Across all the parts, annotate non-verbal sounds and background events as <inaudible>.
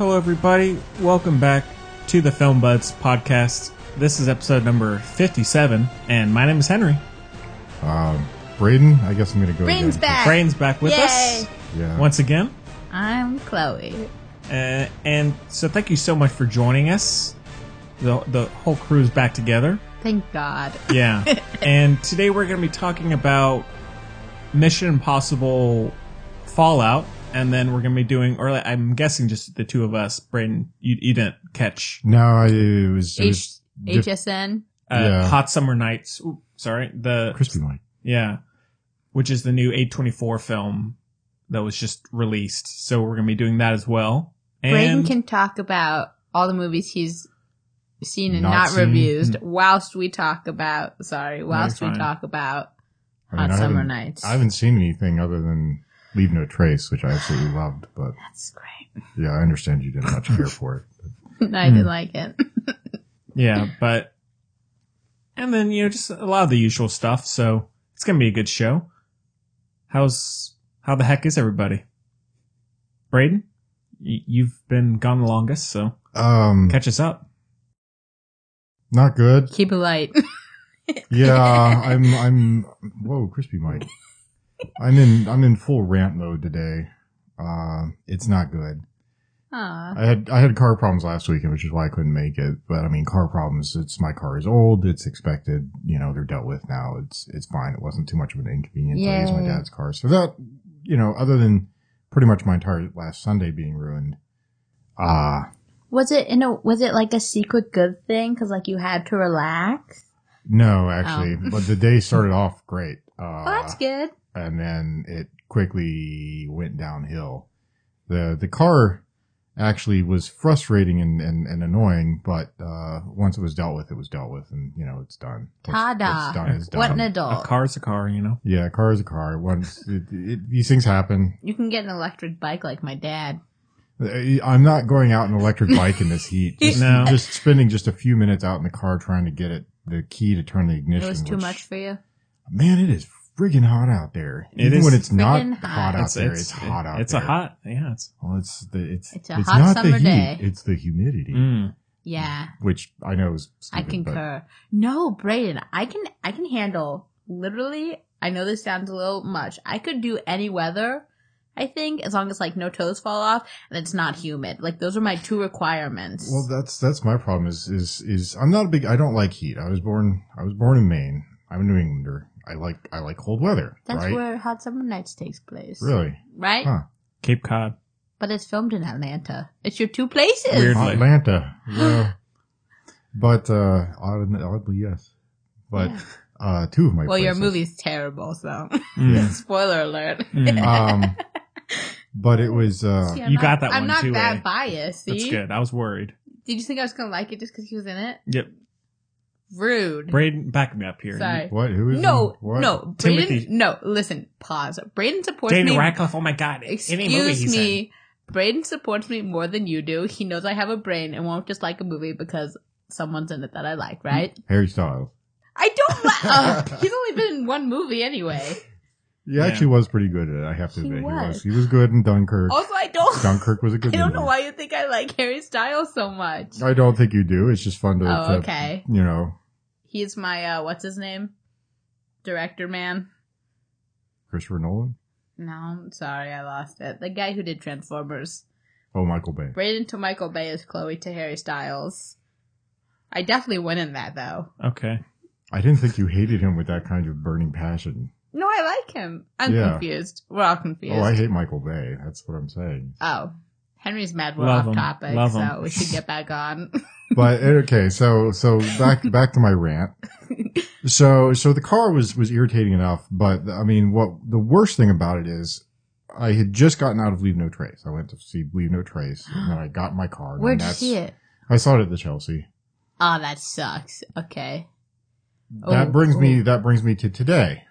everybody. Welcome back to the Film Buds podcast. This is episode number 57, and my name is Henry. Braden, I guess I'm gonna go. Brain's again. back. Brain's back with us Yay. Yeah. once again. I'm Chloe. Uh, and so thank you so much for joining us. The, the whole crew's back together. Thank God. Yeah. and today we're going to be talking about Mission Impossible Fallout. And then we're going to be doing, or I'm guessing just the two of us. Braden, you, you didn't catch No, I, it was, it H- was diff- HSN. uh, Yeah. Hot Summer Nights. Ooh, sorry. The crispy one. Yeah. Which is the new 824 film that was just released. So we're going to be doing that as well. Braden And can talk about all the movies he's seen and Not not, seen. reviewed whilst we talk about, sorry, whilst you're we fine. talk about I Hot I Summer haven't- Nights. I haven't seen anything other than Leave No Trace, which I absolutely loved. But That's great. yeah, I understand you didn't much care for it. <laughs> I didn't like it. <laughs> yeah, but, and then, you know, just a lot of the usual stuff. So it's going to be a good show. How's, how the heck is everybody? Braden, y- you've been gone the longest, so Um, catch us up. not <laughs> good. Keep it light. Yeah, I'm. I'm. Whoa, crispy Mike. I'm in. I'm in full rant mode today. Uh, it's not good. Aw. I had I had car problems last weekend, which is why I couldn't make it. But I mean, car problems. It's my car is old. It's expected. You know, they're dealt with now. It's it's fine. It wasn't too much of an inconvenience. I used my Yay. dad's car, so that you know, other than pretty much my entire last Sunday being ruined. Ah, Was it in a, was it like a secret good thing? Cause like you had to relax? no, actually, but the day started off great. Uh, Oh, that's good. and then it quickly went downhill. The the car actually was frustrating and, and, and annoying, but uh, once it was dealt with, it was dealt with, and you know it's done. What's- Ta-da. what's done is done. What an A Oh. adult. car's a car, you know? yeah, a car is a car. Once it, it, these things happen, You can get an electric bike like my dad. I- I'm not going out an <laughs> electric bike in this heat. Just, No. just spending just a few minutes out in the car trying to get it the key to turn the ignition. It was too which- much for you. Man, it is friggin' hot out there. It Even is when it's not friggin' hot, hot. out there, it's, hot out It's there. a hot, yeah, it's, Well, it's the it's It's a hot summer day. It's the humidity, mm, Yeah. which I know is. I Stupid, concur. No, Braden, I can I can handle literally. I know this sounds a little much. I could do any weather. I think as long as like no toes fall off and it's not humid. Like those are my two requirements. But, well, that's that's my problem. Is is is I'm not a big. I don't like heat. I was born. I was born in Maine. I'm a New Englander. I like I like cold weather. That's right? where Hot Summer Nights takes place. Really, Right? Huh. Cape Cod. But it's filmed in Atlanta. It's your two places. Weird. Weirdly. Atlanta. Yeah. but uh, odd- oddly, yes. But Yeah. uh, two of my. well, your places. movie's terrible, so Mm, <laughs> spoiler alert. mm. Um, but it was. Uh, See, You not- got that I'm one not too, that eh? biased. <laughs> See, That's good. I was worried. did you think I was gonna like it just because he was in it? Yep. Rude. Braden, back me up here. Sorry. what? Who is? No, he? What? no, Timothy- Braden. No, listen, pause. Braden supports Daniel me. Radcliffe. Oh my God! Any movie excuse he's in. me. Braden supports me more than you do. He knows I have a brain and won't just like a movie because someone's in it that I like, right? Harry Styles. I don't <laughs> like. Uh, he's only been in one movie anyway. He actually was pretty good at it. I have to He admit, he was. was. He was good in Dunkirk. Also, I <laughs> don't. Dunkirk was a good. I don't movie. know why you think I like Harry Styles so much. Oh, I don't think you do. It's just fun to. Oh, to, okay. you know, He's my uh, what's his name? Director man. Christopher Nolan. No, I'm sorry, I lost it. The guy who did Transformers. Oh, Michael Bay. Braden to Michael Bay is Chloe to Harry Styles. I definitely win in that though. Okay. I didn't think you hated him with that kind of burning passion. No, I like him. I'm Yeah. confused. We're all confused. Oh, Oh, I hate Michael Bay. That's what I'm saying. Henry's mad we're Love off him. topic, Love him. so we should get <laughs> back on. But eh, okay, so so <laughs> back back to my rant. So so the car was was irritating enough, but I mean, what the worst thing about it is. I had just gotten out of Leave No Trace. I went to see Leave No Trace, and then I got in my car. and Where'd you that's- see it? I saw it at the Chelsea. Oh, that sucks. Okay. Oh, that brings me oh. that brings me to today.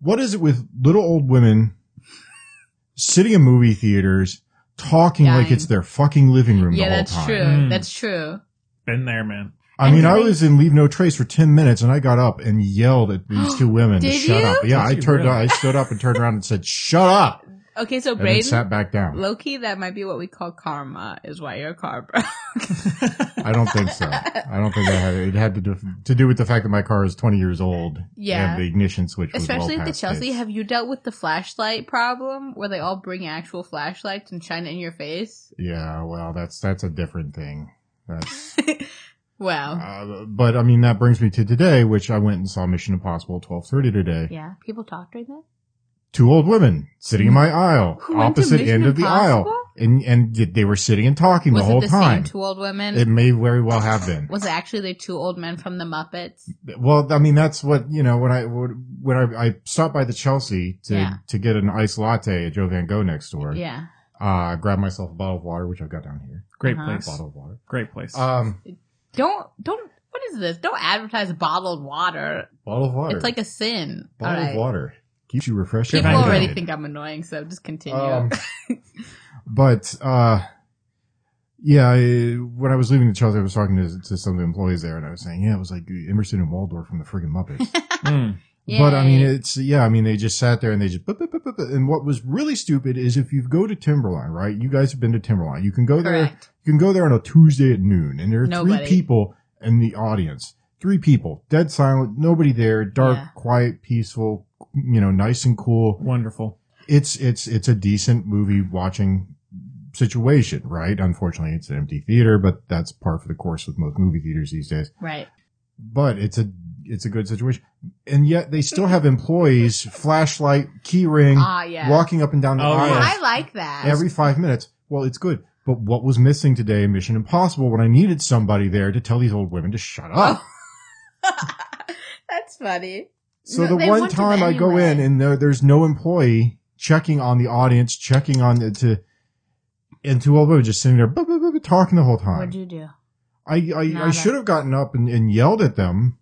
What is it with little old women sitting in movie theaters talking like Dying. it's their fucking living room Yeah, the whole that's time? true. Mm. That's true. Been there, man. I mean, And I they- was in Leave No Trace for ten minutes, and I got up <gasps> and yelled at these two women to Did shut you? up. Yeah, Did I you turned, really? <laughs> I stood up and turned around and said, "Shut up!" Okay, so and then Braden, sat back down. low key, that might be what we call karma, <laughs> is why your car broke. I don't think so. I don't think that had it had to do, to do with the fact that my car is 20 years old. Yeah. and the ignition switch. Was Especially well at the past Chelsea. its- Have you dealt with the flashlight problem where they all bring actual flashlights and shine it in your face? Yeah, well, that's that's a different thing. That's, Wow. uh, but I mean, that brings me to today, which I went and saw Mission Impossible 12:30 today. yeah. People talk during that? Two old women sitting in my aisle, Who went to opposite Mission end of the Impossible? aisle, and and they were sitting and talking Was the whole it the time. same two old women? It may very well have <laughs> been. was it actually the two old men from the Muppets? Well, I mean, that's what you know. When I when I, I stopped by the Chelsea to Yeah. to get an iced latte at Joe Van Gogh next door, Yeah. uh, grabbed myself a bottle of water, which I've got down here. Great Uh-huh. place. Uh, Bottle of water. Great place. Um, Don't don't what is this? Don't advertise bottled water. bottle of water. It's like a sin. bottle All of right. water keeps you refreshed. Keep and People Thank you. already hydrated. think I'm annoying, so just continue. Um, but uh, yeah, I, when I was leaving the Chelsea, I was talking to, to some of the employees there, and I was saying, yeah, it was like Emerson and Waldorf from the friggin' Muppets. <laughs> Mm. But I mean, Yay. it's yeah. I mean, they just sat there and they just. boop, boop, boop, boop, boop. And what was really stupid is if you go to Timberline, right? You guys have been to Timberline. You can go there. correct. You can go there on a Tuesday at noon, and there are Nobody. three people in the audience. Three people, dead silent, nobody there. Dark, Yeah. quiet, peaceful. You know, nice and cool. Wonderful. It's it's it's a decent movie watching situation, right? Unfortunately, it's an empty theater, but that's par for the course with most movie theaters these days Right. but it's a it's a good situation. And yet they still have employees, flashlight, key ring, Ah, yeah. walking up and down the Oh, aisle yeah. I like that. every five minutes. Well, it's good. But what was missing today in Mission Impossible when I needed somebody there to tell these old women to shut up? That's funny. So No, the they one want to time I go anyway. in and there, there's no employee checking on the audience, checking on the, to, and two old women just sitting there buh, buh, buh, buh, talking the whole time. What'd you do? I I, I Nada. should have gotten up and, and yelled at <laughs> them.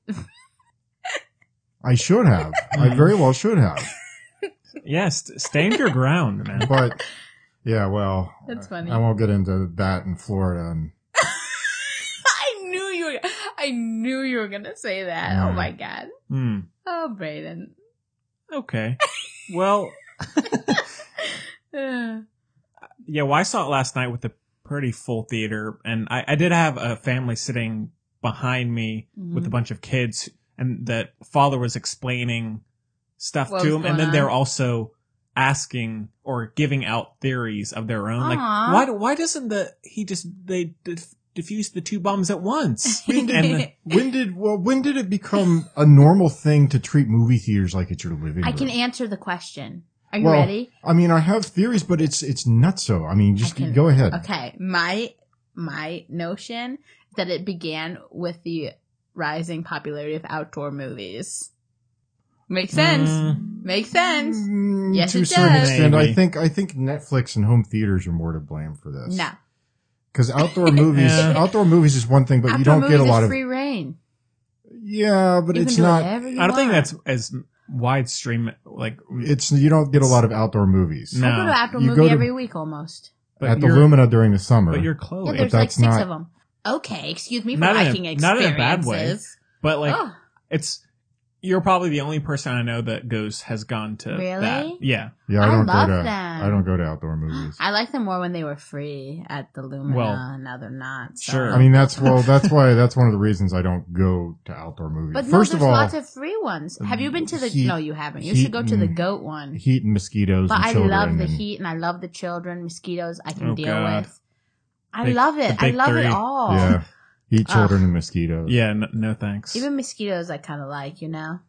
I should have. I very well should have. Yes, stand your ground, man. But yeah, well, That's funny. I won't get into that in Florida. And I knew you. Were, I knew you were gonna say that. Oh Mm. my god. Hmm. Oh, Brayden. Okay. Well, Uh, yeah. Well, I saw it last night with a pretty full theater, and I, I did have a family sitting behind me with a <laughs> mhm. bunch of kids, and the father was explaining stuff What to was them, and going then they're on? also asking or giving out theories of their own. Like, Aw. why do- why doesn't the he just they dif- diffuse the two bombs at once? <laughs> And the, when did well when did it become a normal thing to treat movie theaters like it's your living I room? can answer the question. Are you Well, ready? I mean, I have theories, but it's it's nuts. So I mean, just I can- go ahead. Okay, my my notion that it began with the rising popularity of outdoor movies. Makes sense. Mm, Makes sense. Mm, Yes, to it a certain does. extent, I Maybe. think I think Netflix and home theaters are more to blame for this. No, Because outdoor <laughs> movies, Yeah. outdoor movies is one thing, but outdoor you don't get movies a is lot of. free reign. Yeah, but You it's can do not. whatever you I don't think want. that's as wide stream like. It's you don't get a lot of outdoor movies No. I go to outdoor You movie go to- every week almost. But at the you're- Lumina during the summer. but you're Yeah, close. But there's like that's six not- of them. Okay, excuse me for Not in a- liking experiences. not in a bad way. but like oh, it's you're probably the only person I know that goes has gone to Really? that. Yeah. yeah, I I don't love go to. them. I don't go to outdoor movies. I like them more when they were free at the Lumina. Well, now they're not. So. sure. I mean, that's well, that's why that's one of the reasons I don't go to outdoor movies. but First no, of there's all, um, lots of free ones. Have you been to the? heat- no, you haven't. You heat should go to the and- goat one. heat and mosquitoes. but and I children love the and- heat and I love the children. Mosquitoes I can Oh, deal God. with. I Big- love the it. I big love three. it all. Yeah, heat, Ugh. children, and mosquitoes. Yeah, no, no thanks. Even mosquitoes, I kind of like. You know.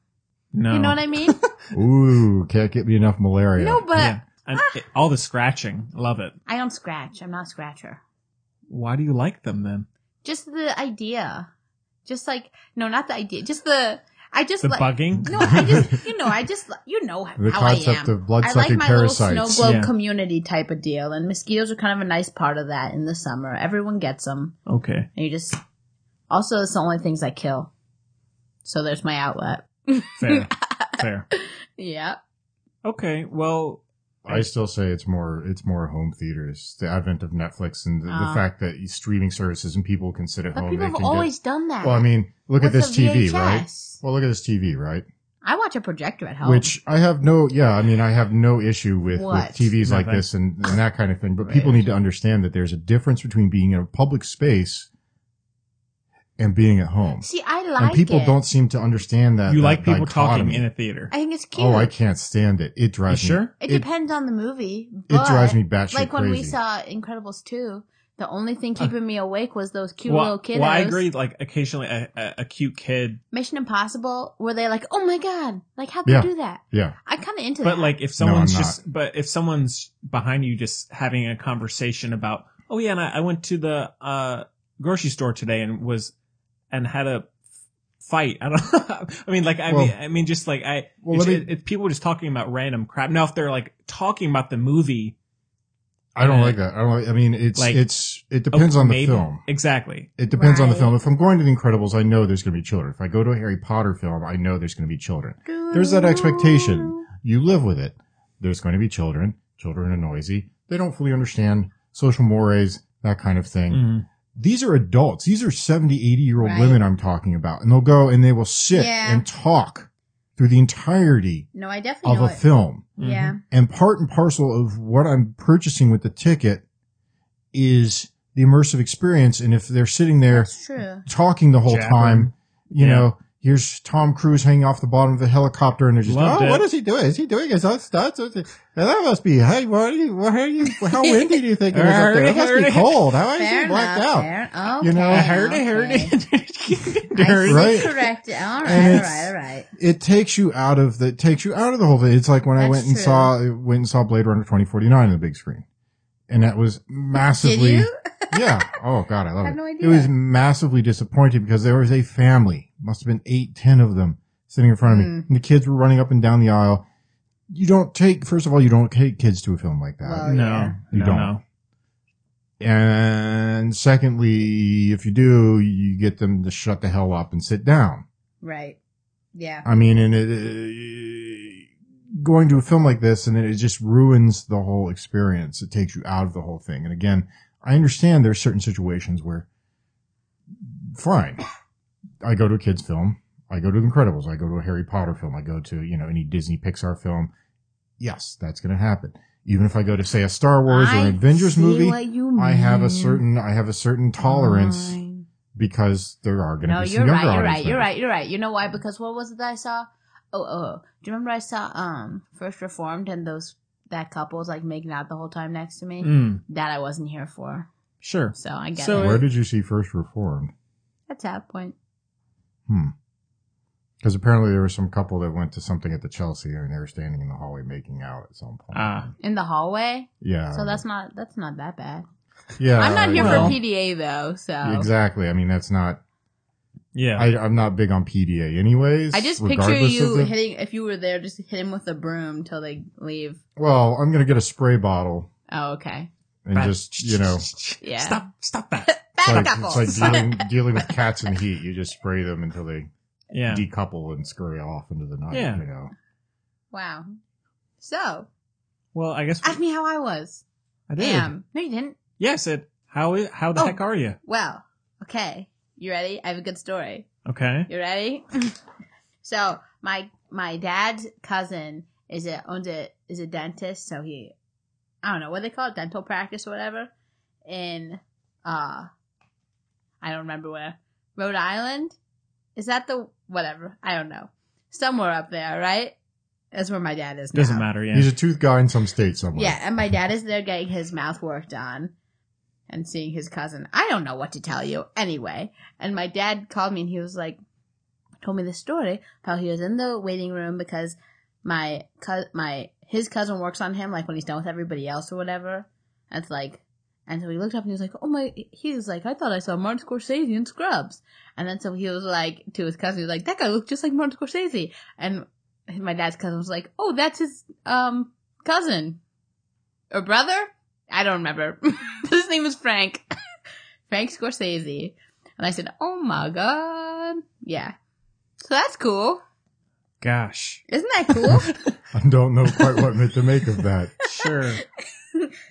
no. You know what <laughs> I mean? Ooh, can't get me enough malaria. no, but ah. yeah. And it- all the scratching. Love it. I don't scratch. I'm not a scratcher. Why do you like them then? Just the idea. Just like no, not the idea. Just the. I just The like. bugging? No, I <laughs> just you know I just you know how the I concept am. of blood I like sucking my little parasites. snow globe Yeah. community type of deal, and mosquitoes are kind of a nice part of that in the summer. Everyone gets them, Okay. and you just also it's the only things I kill. So there's my outlet. <laughs> Fair. Fair. Yeah, Okay. Well, I still say it's more it's more home theaters. The advent of Netflix and the, Ah. the fact that e, streaming services and people can sit at but home. people they have can get- always done that. Well, I mean, look at With this the TV, right? VHS. Well, look at this TV, right? I watch a projector at home. Which I have no, yeah, I mean, I have no issue with, with What? TVs like Nothing. this and, and that kind of thing, but people Right. need to understand that there's a difference between being in a public space and being at home. See, I like and people it. don't seem to understand that. you that like people dichotomy. talking in a theater. I think it's cute. Oh, I can't stand it. It You drives me. sure? it it- depends on the movie. It but- drives me batshit like when we crazy. Uh, saw Incredibles 2, the only thing keeping me awake was those cute well, little kiddos. well, I agree. Like occasionally, a, a, a cute kid, Mission Impossible, where they like, oh my god, like how would Yeah. you do that? yeah, I'm kind of into that. but like if someone's I'm just, but if someone's behind you just having a conversation about, oh yeah, and I, I went to the uh, grocery store today and was and had a fight. <laughs> I don't. I mean, like I Well- mean, I mean, just like I, Well, it's, let me- it- it's people just talking about random crap. Now, if they're like talking about the movie, I don't Uh, like that. I don't. Like, I mean, it's like- oh, it's it depends on the maybe- film. exactly. It depends on the Right. film. If I'm going to The Incredibles, I know there's going to be children. If I go to a Harry Potter film, I know there's going to be children. there's that expectation. You live with it. There's going to be children. Children are noisy. They don't fully understand social mores, that kind of thing. Mhm. These are adults. These are 70, 80 year old Right. women I'm talking about. And they'll go and they will sit Yeah. and talk through the entirety No, I definitely of know a Mm-hmm. it. film. Yeah, Mm-hmm. And part and parcel of what I'm purchasing with the ticket is the immersive experience. And if they're sitting there that's true. talking the whole Jabbering. time, you Yeah. know, here's Tom Cruise hanging off the bottom of the helicopter, and they're just, Loved oh, it. what is he doing? Is he doing his own stunts? Is he- That must be, hey, what are you, what are you, how windy do you think it is up there? <laughs> It must be cold. How is Fair he blacked enough. out? Fair. Okay, You know, I heard it. okay. Heard it. I <laughs> Heard see it. Right. correct. All right, And all it's- right, all right. It takes you out of the, it takes you out of the whole thing. It's like when I That's went and true. saw, went and saw Blade Runner 2049 on the big screen. And that was Did massively, you? yeah. Oh God, I love Had it. no It was idea. massively disappointing because there was a family, must have been eight, ten of them sitting in front of me, Mm. and the kids were running up and down the aisle. You don't take, first of all, you don't take kids to a film like that, Well, No, yeah. Oh, You no, don't. no. and secondly, if you do, you get them to shut the hell up and sit down. Right. Yeah. I mean, and it, uh, going to a film like this, and then it just ruins the whole experience. It takes you out of the whole thing. And again, I understand there are certain situations where, fine, I go to a kids' film, I go to The Incredibles, I go to a Harry Potter film, I go to you know any Disney Pixar film. Yes, that's going to happen. Even if I go to say a Star Wars or an I Avengers see movie, what you I have a mean. certain I have a certain tolerance Fine. because there are going to No, be some you're younger right. audience You're right. members. You're right. You're right. You know why? Because what was it that I saw? Oh, oh. Do you remember I saw um First Reformed and those that couple was like making out the whole time next to me? Mm, That I wasn't here for. sure. So I get So- it. Where did you see First Reformed? That's that point. Because apparently there was some couple that went to something at the Chelsea and they were standing in the hallway making out at some point. Ah. In the hallway. yeah. so that's not that's not that bad. yeah. I'm not here well. for PDA though, so uh, Exactly. I mean, that's not. Yeah. I, I'm not big on PDA, anyways. I just picture regardless you of the- hitting if you were there, just hit him with a broom till they leave. Well, I'm gonna get a spray bottle Oh, okay. and just you <laughs> know, it's Yeah. Stop! Stop <laughs> that! Bad like, couple. it's like dealing, dealing with cats in the heat. You just spray them until they Yeah. decouple and scurry off into the night. Yeah. You know. <laughs> wow. So Well, I guess we- ask me how I was. I did. Damn. No, you didn't. Yes. It. How is? How the Oh. heck are you? Well, okay. You ready? I have a good story. Okay. You ready? so my my dad's cousin is a owns a is a dentist, so he I don't know what they call it, dental practice or whatever, in uh I don't remember where. Rhode Island? Is that the whatever? I don't know. Somewhere up there, right? That's where my dad is now. Doesn't matter. Yeah. He's a tooth guy in some state somewhere. Yeah, and my dad is there getting his mouth worked on and seeing his cousin. I don't know what to tell you anyway. And my dad called me and he was like, told me the story how he was in the waiting room because my cou- my his cousin works on him like when he's done with everybody else or whatever. That's like, and so he looked up and he was like, oh my, he was like, I thought I saw Martin Scorsese in Scrubs. And then so he was like to his cousin, he was like, that guy looked just like Martin Scorsese. And my dad's cousin was like, oh, that's his um cousin or brother? I don't remember. <laughs> His name was Frank. <laughs> Frank Scorsese. And I said, Oh my god. Yeah. So that's cool. Gosh. Isn't that cool? I don't know quite what to make of that. <laughs> Sure.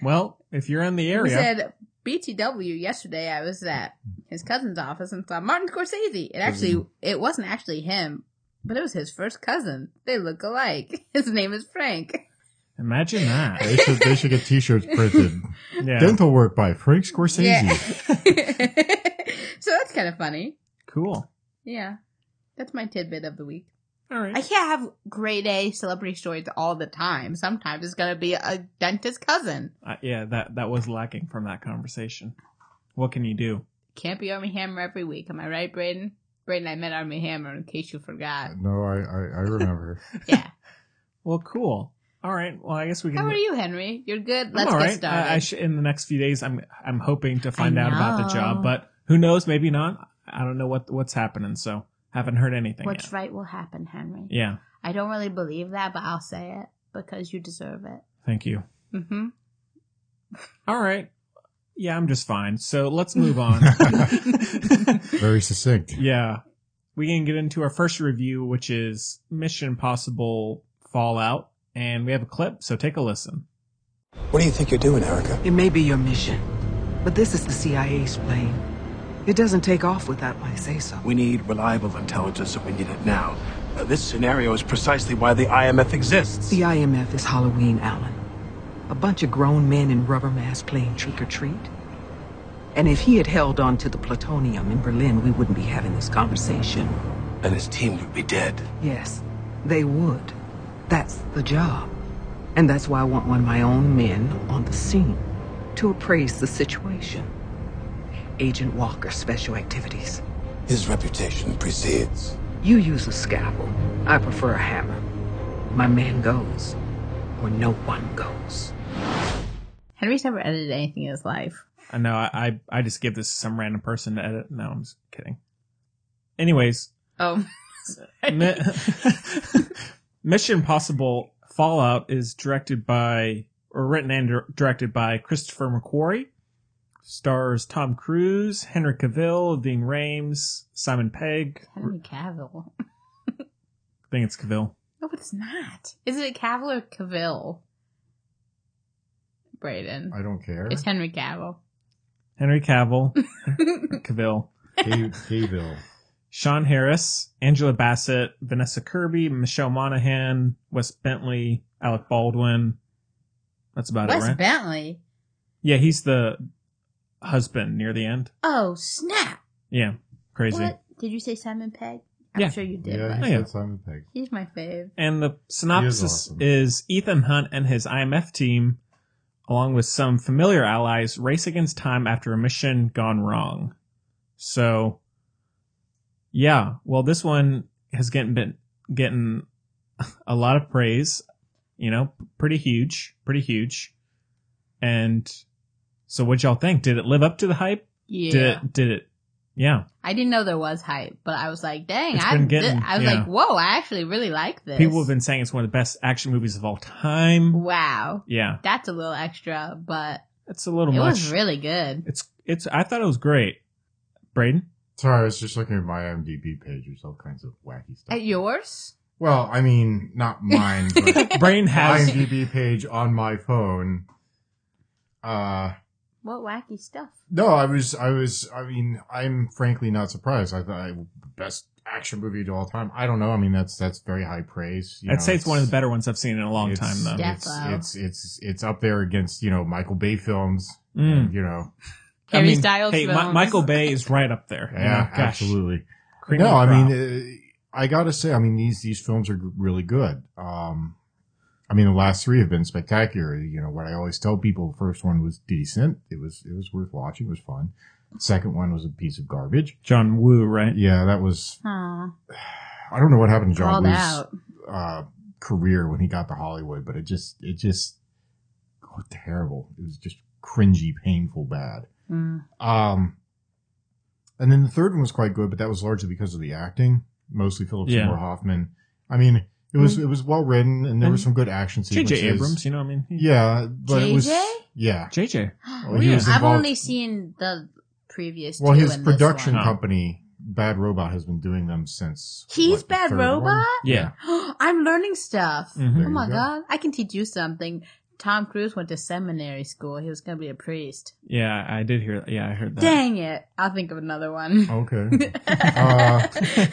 well, if you're in the he area, said BTW yesterday I was at his cousin's office and saw Martin Scorsese. It actually it wasn't actually him, But it was his first cousin. They look alike. <laughs> His name is Frank. Imagine that. <laughs> They should, they should get T-shirts printed. Yeah. Dental work by Frank Scorsese. Yeah. <laughs> so that's kind of funny. Cool. Yeah. That's my tidbit of the week. All I right. can't have grade A celebrity stories all the time. Sometimes it's going to be a dentist cousin. Uh, yeah, that that was lacking from that conversation. What can you do? Can't be Army Hammer every week. Am I right, Braden? Braden, I met Army Hammer in case <laughs> you forgot. No, I, I, I remember. Yeah. Well, cool. All right. Well, I guess we can. How are you, Henry? You're good? Let's I'm all get right. started. I, I sh- in the next few days, I'm I'm hoping to find I out about the job, know. but who knows? Maybe not. I don't know what what's happening, so haven't heard anything What's yet. right will happen, Henry. Yeah. I don't really believe that, but I'll say it because you deserve it. Thank you. Mm-hmm. All right. Yeah, I'm just fine. So let's move <laughs> on. Very succinct. yeah. We can get into our first review, which is Mission Impossible Fallout, and we have a clip, so take a listen. What do you think you're doing, Erica? It may be your mission, but this is the CIA's plane. It doesn't take off without my say so. We need reliable intelligence, and we need it now. Uh, this scenario is precisely why the IMF exists. The IMF is Halloween Allen. A bunch of grown men in rubber masks playing trick or treat. And if he had held on to the plutonium in Berlin, we wouldn't be having this conversation. and his team would be dead. Yes, they would. That's the job. And that's why I want one of my own men on the scene to appraise the situation. Agent Walker, Special Activities. His reputation precedes. You use a scalpel. I prefer a hammer. My man goes where no one goes. Henry's never edited anything in his life. I know I, I I just give this to some random person to edit. No, I'm just kidding. Anyways, Oh, <laughs> Mi- <laughs> Mission Impossible Fallout is directed by or written and dir- directed by Christopher McQuarrie. Stars Tom Cruise, Henry Cavill, Dean Rames, Simon Pegg. Henry Cavill. I think it's Cavill. No, it's not. Is it Cavill or Cavill? Braden. I don't care. It's Henry Cavill. Henry Cavill, Cavill, Cave, Caveville. Sean Harris, Angela Bassett, Vanessa Kirby, Michelle Monaghan, Wes Bentley, Alec Baldwin. That's about Wes it, right? Bentley. yeah, he's the husband near the end. Oh, snap. Yeah, crazy. What? Did you say Simon Pegg? I'm Yeah. sure you did. Yeah, but- he Yeah. said Simon Pegg. He's my fave. And the synopsis He is, is awesome. Ethan Hunt and his IMF team, along with some familiar allies, race against time after a mission gone wrong. So, yeah, well, this one has getting been getting a lot of praise. You know, pretty huge, pretty huge. And so, what y'all think? Did it live up to the hype? Yeah. Did it? Did it? Yeah, I didn't know there was hype, but I was like, dang, It's I, been thi- getting- I was yeah. like, whoa, I actually really like this. people have been saying it's one of the best action movies of all time. Wow. Yeah, That's a little extra, but it's a little it much. was really good. It's it's. I thought it was great. <laughs> Braden, Sorry, I was just looking at my IMDb page. There's all kinds of wacky stuff. At yours? Well, I mean, not <laughs> mine, but Brain has IMDb page on my phone. Uh, What wacky stuff. no, I was, I was, I mean, I'm frankly not surprised. I thought best action movie of all time. I don't know. I mean, that's that's very high praise. You I'd know, say it's one of the better ones I've seen in a long time, though. Yeah. It's, Defo. it's it's it's up there against you know Michael Bay films. Mm. You know, I Harry mean, Styles hey, Mi- films. Michael Bay is right up there. you yeah, know? Gosh. absolutely. Cream no, of the I crop. mean, uh, I gotta say, I mean these these films are g- really good. Um, I mean, the last three have been spectacular. You know what I always tell people: the first one was decent. It was it was worth watching. It was fun. Second one was a piece of garbage. John Woo, right? Yeah, that was. Aw, I don't know what happened to John called Woo's out. uh, career when he got to Hollywood, but it just it just oh, terrible. It was just cringy, painful, bad. Mm. Um, and then the third one was quite good, but that was largely because of the acting, mostly Philip Yeah. Mm-hmm. Seymour Hoffman. I mean, it was it was well written, and there were And some good action sequences. J.J. Abrams, you know what I mean? He- yeah, but it was JJ? yeah. J.J. Well, he was I've involved- only seen the previous Well, two his and this production one. one. company, Bad Robot, has been doing them since. He's what, the Bad third one? Robot? Yeah. <gasps> I'm learning stuff. Mhm. There Oh my you go. god, I can teach you something. Tom Cruise went to seminary school. He was going to be a priest. Yeah, I did hear. Yeah, I heard that. Dang it. I'll think of another one. Oh. Okay. Uh, <laughs>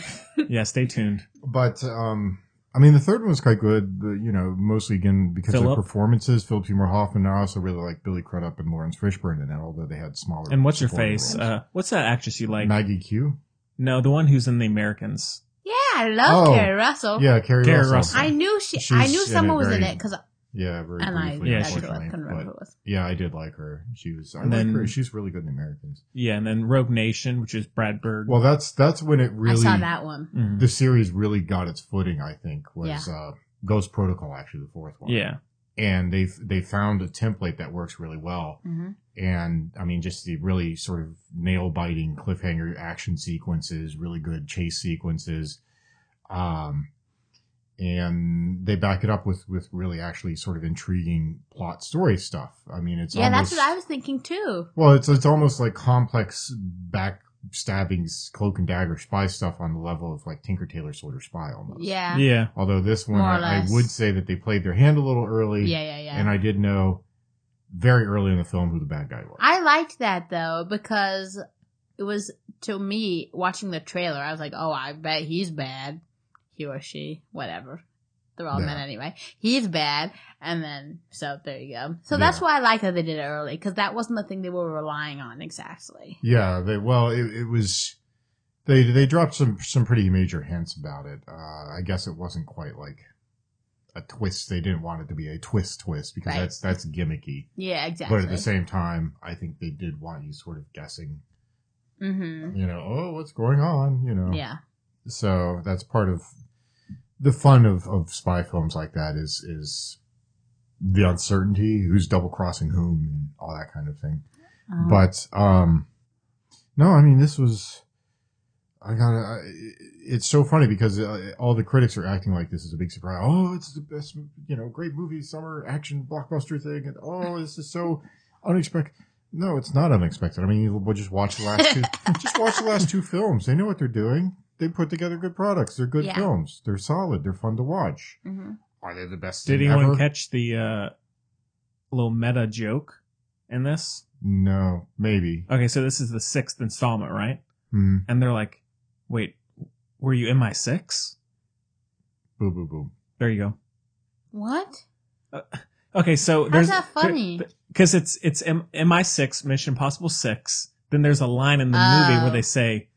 Yeah, stay tuned. but um, I mean, the third one was quite good. But, you know, mostly again because of Philip. the performances. Philip Seymour Hoffman. I also really like Billy Crudup and Lawrence Fishburne in that, although they had smaller. And what's your supporting face? roles. Uh, what's that actress you like? Maggie Q. No, the one who's in The Americans. <laughs> yeah, I love Oh, Carrie Russell. Yeah, Carrie, Carrie Russell. Russell. I knew she. She's I knew in someone it was in very- it because, Yeah, very and I briefly, Yeah, that's who it was. unfortunately, Couldn't remember who but- it was. Yeah, I did like her. She was. I And like then- her. She's really good in Americans. Yeah, and then Rogue Nation, which is Brad Bird. Well, that's that's when it really I saw that one. Mhm. the series really got its footing. I think was uh, Ghost Protocol, actually the fourth one. Yeah, and they they found a template that works really well. hmm And I mean, just the really sort of nail biting cliffhanger action sequences, really good chase sequences, um, and they back it up with with really actually sort of intriguing plot story stuff. I mean, it's Yeah, that's almost- what I was thinking too. well, it's it's almost like complex backstabbing, cloak and dagger spy stuff on the level of like Tinker Tailor Soldier Spy almost. Yeah. Yeah, yeah, Although this one, More or I, I less. would say that they played their hand a little early. yeah, yeah. And I did know very early in the film who the bad guy was. I liked that though because it was to me watching the trailer. I was like, oh, I bet he's bad, he or she, whatever. They're all Yeah. men anyway. He's bad, and then so there you go. So that's Yeah. why I like that they did it early because that wasn't the thing they were relying on exactly. yeah, they, well, it, it was. They they dropped some some pretty major hints about it. Uh, I guess it wasn't quite like a twist. They didn't want it to be a twist twist because Right. that's that's gimmicky. Yeah, exactly. But at the same time, I think they did want you sort of guessing. mm-hmm. You know, oh, what's going on? You know, Yeah. so that's part of the fun of, of spy films like that is is the uncertainty who's double crossing whom and all that kind of thing Um, but um no i mean this was i gotta I, it's so funny because uh, all the critics are acting like this is a big surprise oh it's the best you know great movie summer action blockbuster thing and oh this is so unexpected no it's not unexpected i mean you will just watch the last two just watch the last two films they know what they're doing they put together good products they're good Yeah. films they're solid they're fun to watch mhm. are they the best Did thing anyone ever? catch the uh, little meta joke in this? no maybe Okay, so this is the sixth installment, right? Hmm. And they're like, "Wait, were you in my six? boo boo boo There you go. What? Okay, so How's there's that funny? because it's it's M- MI6 Mission Impossible six. Then there's a line in the movie Oh. where they say,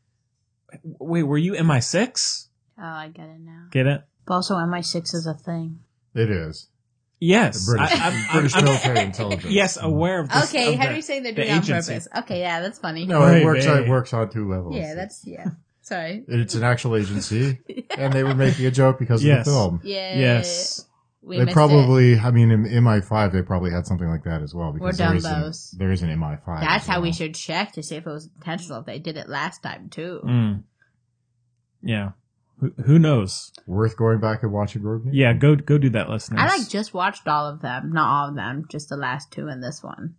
"Wait, were you MI6? Oh, I get it now. Get it? But also, MI6 is a thing. it is Yes, British, I- <laughs> I'm- British I'm- <laughs> military intelligence. yes, aware of this. Okay, of Henry's the- saying they're the doing it on agency. purpose. Okay, yeah, that's funny. No, it Hey, works. babe. It works on two levels. yeah, that's yeah. Sorry. it's an actual <laughs> agency, and they were making a joke because Yes. of the film. Yeah. Yes, We they missed it. probably, I mean, in MI5, they probably had something like that as well We're because there is, an, dumbos. there is an MI5. That's as how we well. should check to see if it was intentional. If they did it last time too. Mm. Yeah. Who, who knows? Worth going back and watching Rogue Nation. Yeah, go go do that, listeners. I like just watched all of them, not all of them, just the last two and this one.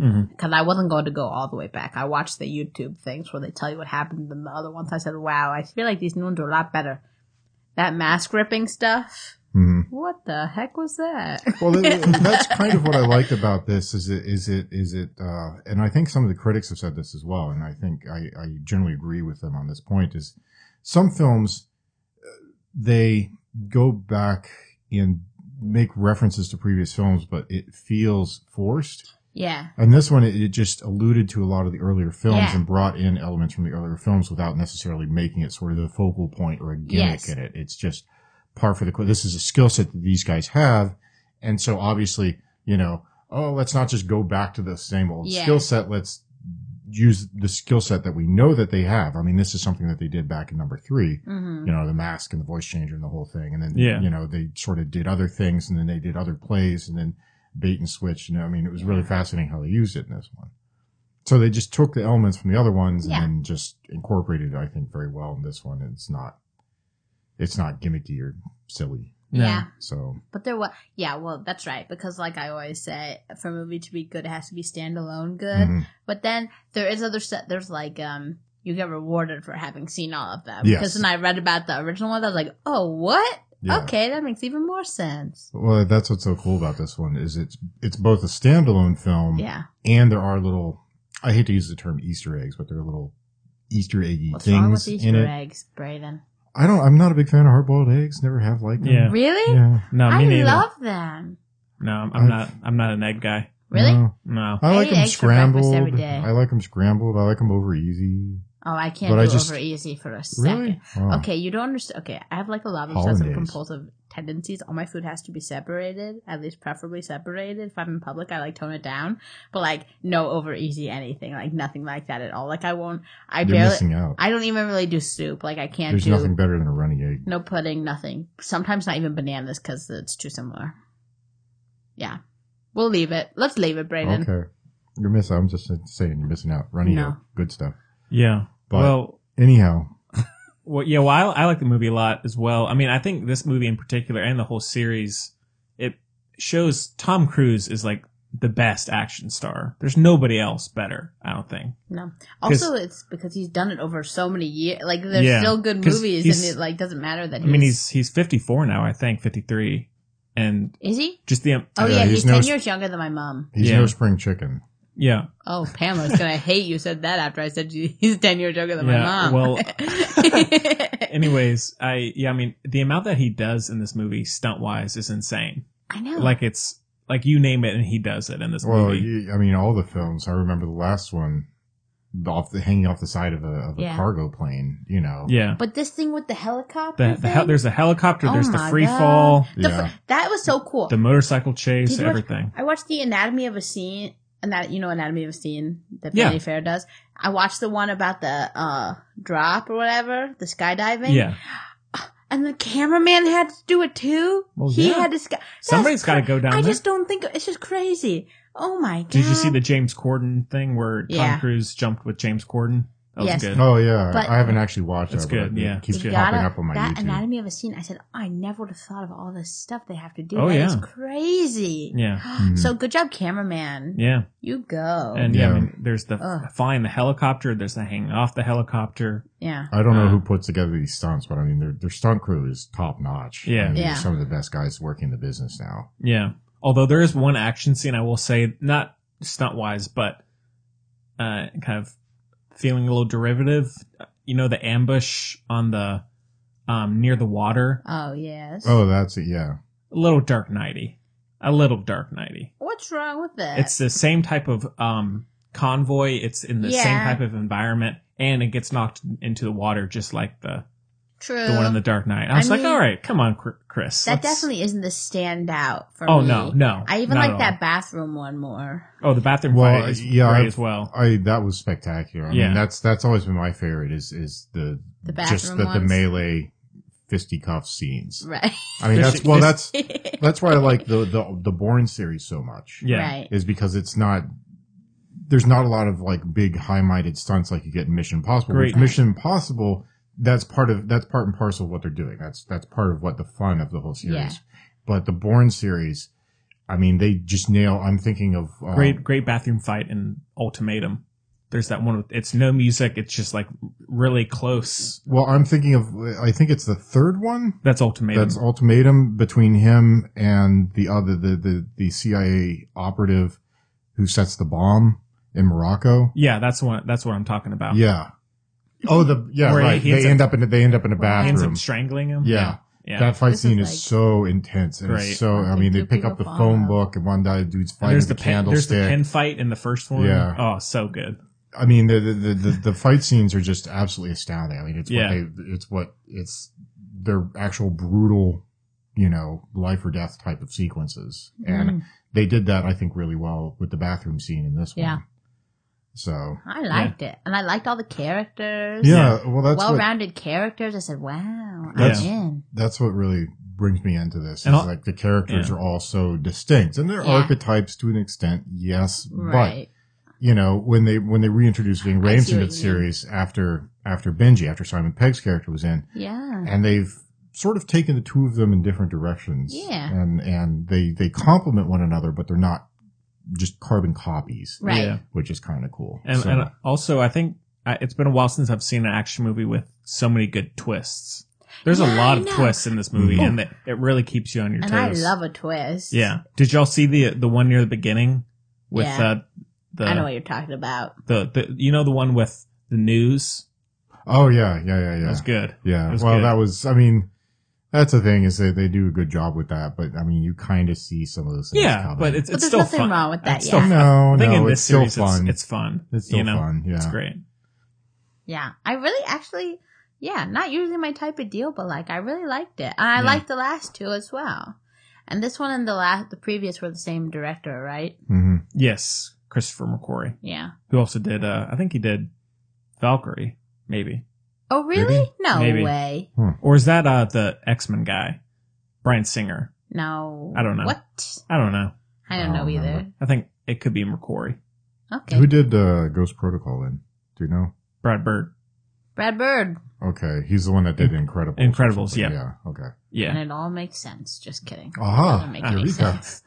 Mhm. Because I wasn't going to go all the way back. I watched the YouTube things where they tell you what happened, and the other ones I said, "Wow, I feel like these new ones are a lot better." That mask ripping stuff. Mhm. What the heck was that? <laughs> Well, that- that's kind of what I liked about this is it, is it, is it, uh, and I think some of the critics have said this as well, and I think I, I generally agree with them on this point is some films, uh, they go back and make references to previous films, but it feels forced. yeah. And this one, it, it just alluded to a lot of the earlier films Yeah. and brought in elements from the earlier films without necessarily making it sort of the focal point or a gimmick Yes. in it. It's just par for the course. This is a skill set that these guys have, and so obviously, you know, oh, let's not just go back to the same old Yeah. skill set. Let's use the skill set that we know that they have. I mean, this is something that they did back in number three hmm you know, the mask and the voice changer and the whole thing. And then, Yeah. you know, they sort of did other things and then they did other plays and then bait and switch. You know, I mean, it was really fascinating how they used it in this one. So they just took the elements from the other ones Yeah. and then just incorporated it, I think, very well in this one. It's not, it's not gimmicky or silly. No. Yeah. So But there was, yeah, well, that's right. Because, like I always say, for a movie to be good, it has to be standalone good. mhm. But then there is other set. There's like, um, you get rewarded for having seen all of them. Yes. Because when I read about the original one, I was like, oh, what? Yeah. Okay, that makes even more sense. Well, that's what's so cool about this one is it's it's both a standalone film Yeah. and there are little I hate to use the term Easter eggs, but there are little Easter eggy What's things wrong with in Easter it. eggs, Braden? I don't I'm not a big fan of hard boiled eggs, never have liked them. Yeah. Really? Yeah. No, me I neither. love them. no, I'm, I'm not. I'm not an egg guy. Really? No. No. I I like eat them eggs for breakfast scrambled. every day. I like them scrambled. I like them over easy. Oh, I can't But do I just- over easy for a second. Really? Wow. Okay, you don't understand. Okay, I have like a lot of obsessive Hollandaise. compulsive tendencies. All my food has to be separated, at least preferably separated. If I'm in public, I like tone it down, but like no over easy anything, like nothing like that at all. Like I won't. I You're barely. missing out. I don't even really do soup. Like I can't There's do nothing better than a runny egg. no pudding, nothing. Sometimes not even bananas because it's too similar. Yeah, we'll leave it. Let's leave it, Brayden. Okay. You're missing I'm just saying you're missing out. Runny No. egg. Good stuff. Yeah. But- well, Anyhow, Well, yeah, well, I, I like the movie a lot as well. I mean, I think this movie in particular and the whole series, it shows Tom Cruise is like the best action star. There's nobody else better, I don't think. No. 'Cause- Also, it's because he's done it over so many years. Like, there's Yeah. still good 'Cause movies, he's- and it like doesn't matter that. I He's, mean, he's he's 54 now, I think, 53. And is he? just the Yeah, Oh yeah, he's he's, ten no- years younger than my mom. he's Yeah. no spring chicken. yeah. Oh, Pamela's gonna <laughs> hate you said that after I said you, he's ten years younger than Yeah, my mom. <laughs> well- Anyways, I yeah, I mean, the amount that he does in this movie stunt-wise is insane. I <laughs> know. Like it's like you name it and he does it in this Well, movie. you, I mean, all the films. I remember the last one, the- off the hanging off the side of a, of a Yeah. cargo plane. You know, yeah. but this thing with the helicopter. The, the hel- thing? there's a helicopter, Oh there's the my free God. fall, The fr- Yeah. that was so cool. the motorcycle chase, Did you watch- everything. I watched the Anatomy of a Scene, and that you know Anatomy of a Scene that Yeah. Vanity Fair does. I watched the one about the uh drop or whatever, the skydiving. Yeah. and the cameraman had to do it too. Well, he yeah. had to. Sky- That's Somebody's gotta go down I there. just don't think it's just crazy. Oh my god! Did you see the James Corden thing where Tom Yeah. Cruise jumped with James Corden? That Yes. was good. Oh yeah, But- I haven't actually watched That's that. but good, it yeah. keeps It's good. popping gotta- up on my that YouTube. anatomy of a scene. I said, oh, I never would have thought of all this stuff they have to do. Oh, That yeah. is crazy. <gasps> Yeah. Mm. So good job, cameraman. Yeah. You go. And yeah, I Yeah. mean, there's the Ugh. flying the helicopter, there's the hanging off the helicopter. yeah. I don't know Uh. who puts together these stunts, but I mean, their their stunt crew is top notch. Yeah. I mean, they're Yeah. some of the best guys working the business now. Yeah. Although there is one action scene I will say, not stunt wise, but uh, kind of feeling a little derivative. You know, the ambush on the um, near the water, Oh yes. Oh, that's it. Yeah, a little dark nighty, a little dark nighty. What's wrong with that? it's the same type of um, convoy. It's in the same Yeah. type of environment, and it gets knocked into the water just like the true. the one in the Dark Knight. I was like, mean, all right, come on, Chr- Chris. that let's- definitely isn't the standout for Oh me. no, no. I even not like at that bathroom one more. all. Oh, the bathroom Well, fight is yeah, great I've- as well. I that was spectacular. I Yeah. mean, that's that's always been my favorite. Is is the, The just bathroom the, the ones? melee fisticuff scenes. <laughs> Right. I mean, that's Fisty- well, fist- that's that's why I like the the the Bourne series so much. Yeah. Right. <laughs> is because it's not there's not a lot of like big high-minded stunts like you get in Mission Impossible. Great. Which Mission Impossible, that's part of that's part and parcel of what they're doing. That's that's part of what the fun of the whole series. Yeah. But the Bourne series, I mean, they just nail. I'm thinking of um, Great, great bathroom fight in Ultimatum. There's that one with it's no music. It's just like really close. Well, I'm thinking of I think it's the third one. That's Ultimatum. That's ultimatum between him and the other the the, the CIA operative who sets the bomb in Morocco. yeah, that's the one. That's what I'm talking about. Yeah. Oh, the yeah, Where he- right. he ends They up- end up in a, they end up in a Right. ends bathroom. up strangling him. Yeah. yeah. That fight This scene is is, like- so intense and Great. it's so. I mean, they Two pick people up the fall phone out. book and one guy dude's And fighting there's the, the pen, there's the candlestick. pen fight in the first one. Yeah. Oh, so good. I mean, the the, the the the fight scenes are just absolutely astounding. I mean, it's Yeah. what they it's what it's their actual brutal, you know, life or death type of sequences, Mm-hmm. Mm. and they did that I think really well with the bathroom scene in this Yeah. one. So I liked it, and I liked all the characters. yeah, well that's what well-rounded characters. I said, "Wow, That's- I'm in." that's what really brings me into this. Is And I'll- like the characters Yeah. are all so distinct, and they're Yeah. archetypes to an extent, yes. Right. But you know when they when they reintroduced Ving I Rhames see what into the you mean. series after after Benji, after Simon Pegg's character was in, yeah. and they've sort of taken the two of them in different directions. Yeah. and and they they complement one another, but they're not just carbon copies, Right. Yeah. which is kind of cool. And, So, and also, I think I, it's been a while since I've seen an action movie with so many good twists. There's Yeah, a lot I of know. twists in this movie, Mhm. and it, it really keeps you on your And I toes. love a twist. Yeah. Did y'all see the the one near the beginning with Yeah. uh, the I know what you're talking about. the the you know the one with the news? Oh yeah, yeah, yeah, yeah. That was good. Yeah. It was well, good. that was. I mean, that's the thing is they they do a good job with that, but I mean, you kind of see some of those. Things Yeah, coming. but it's, But it's there's still nothing fun. wrong with that, It's still fun. yeah. <laughs> no, I think no, in this it's still series, it's- fun. It's, fun. It's still you know? fun. Yeah. It's great. Yeah. I really actually, yeah, not usually my type of deal, but like I really liked it. And I Yeah. liked the last two as well. And this one and the last, the previous were the same director, right? hmm Yes, Christopher McQuarrie, Yeah. who also did uh, I think he did Valkyrie, maybe, Oh, really? Maybe. No Maybe. way. or is that uh, the X Men guy, Brian Singer? No. I don't know. What? I don't know. I don't I don't know either. remember. I think it could be McQuarrie, Okay. Who did uh, Ghost Protocol then? Do you know? Brad Bird. Brad Bird. Okay, he's the one that did Incredibles. or Incredibles, something. yeah. Yeah. Okay. Yeah, Uh-huh. And it all makes sense. Just kidding. Aha, Doesn't make any Eureka. sense.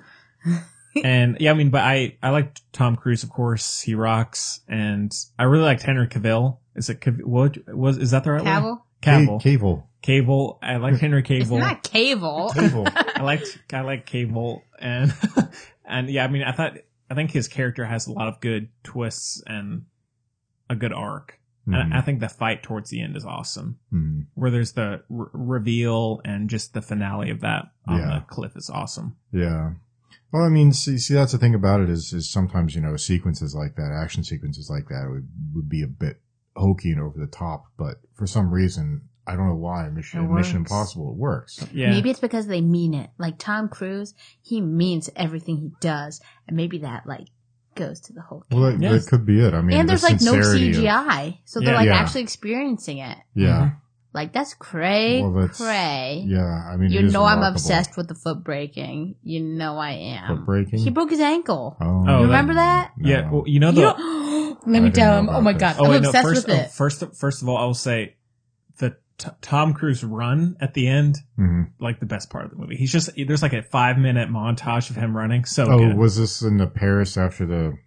and yeah, I mean, but I I liked Tom Cruise, of course, he rocks, and I really liked Henry Cavill. Is it Cav- what was is that the right way? Cavill? Cavill, Ca- Cable. Cable. I liked Henry It's Cavill. not Cable. <laughs> Cable. I liked I like Cable, and <laughs> and yeah, I mean, I thought I think his character has a lot of good twists and a good arc, Mm-hmm. and I, I think the fight towards the end is awesome. Mhm. Where there's the r- reveal and just the finale of that on Yeah. the cliff is awesome. Yeah. Well, I mean, see, see, that's the thing about it is, is sometimes you know sequences like that, action sequences like that, would would be a bit hokey and over the top, but for some reason, I don't know why It Mission Mission works. Impossible it works. Yeah, Maybe it's because they mean it. Like Tom Cruise, he means everything he does, and maybe that like goes to the whole. Well, that, Yes. that could be it. I mean, and the there's like no sincerity of- CGI, so they're Yeah. like Yeah. actually experiencing it. yeah, Like that's cray Well, that's- cray. yeah. I mean, You it is know I'm remarkable. obsessed with the foot breaking. You know I am. Foot breaking? He broke his ankle. Oh, Oh, remember that? yeah. No. Well, you know the You don't- <gasps> Let I me didn't tell know him. about Oh my this. god, Oh, I'm wait, no. obsessed First, with oh, it. first, first of all, I will say the t- Tom Cruise run at the end, Mhm. like the best part of the movie. He's just there's like a five minute montage of him running. So Oh, good. was this in the Paris after the?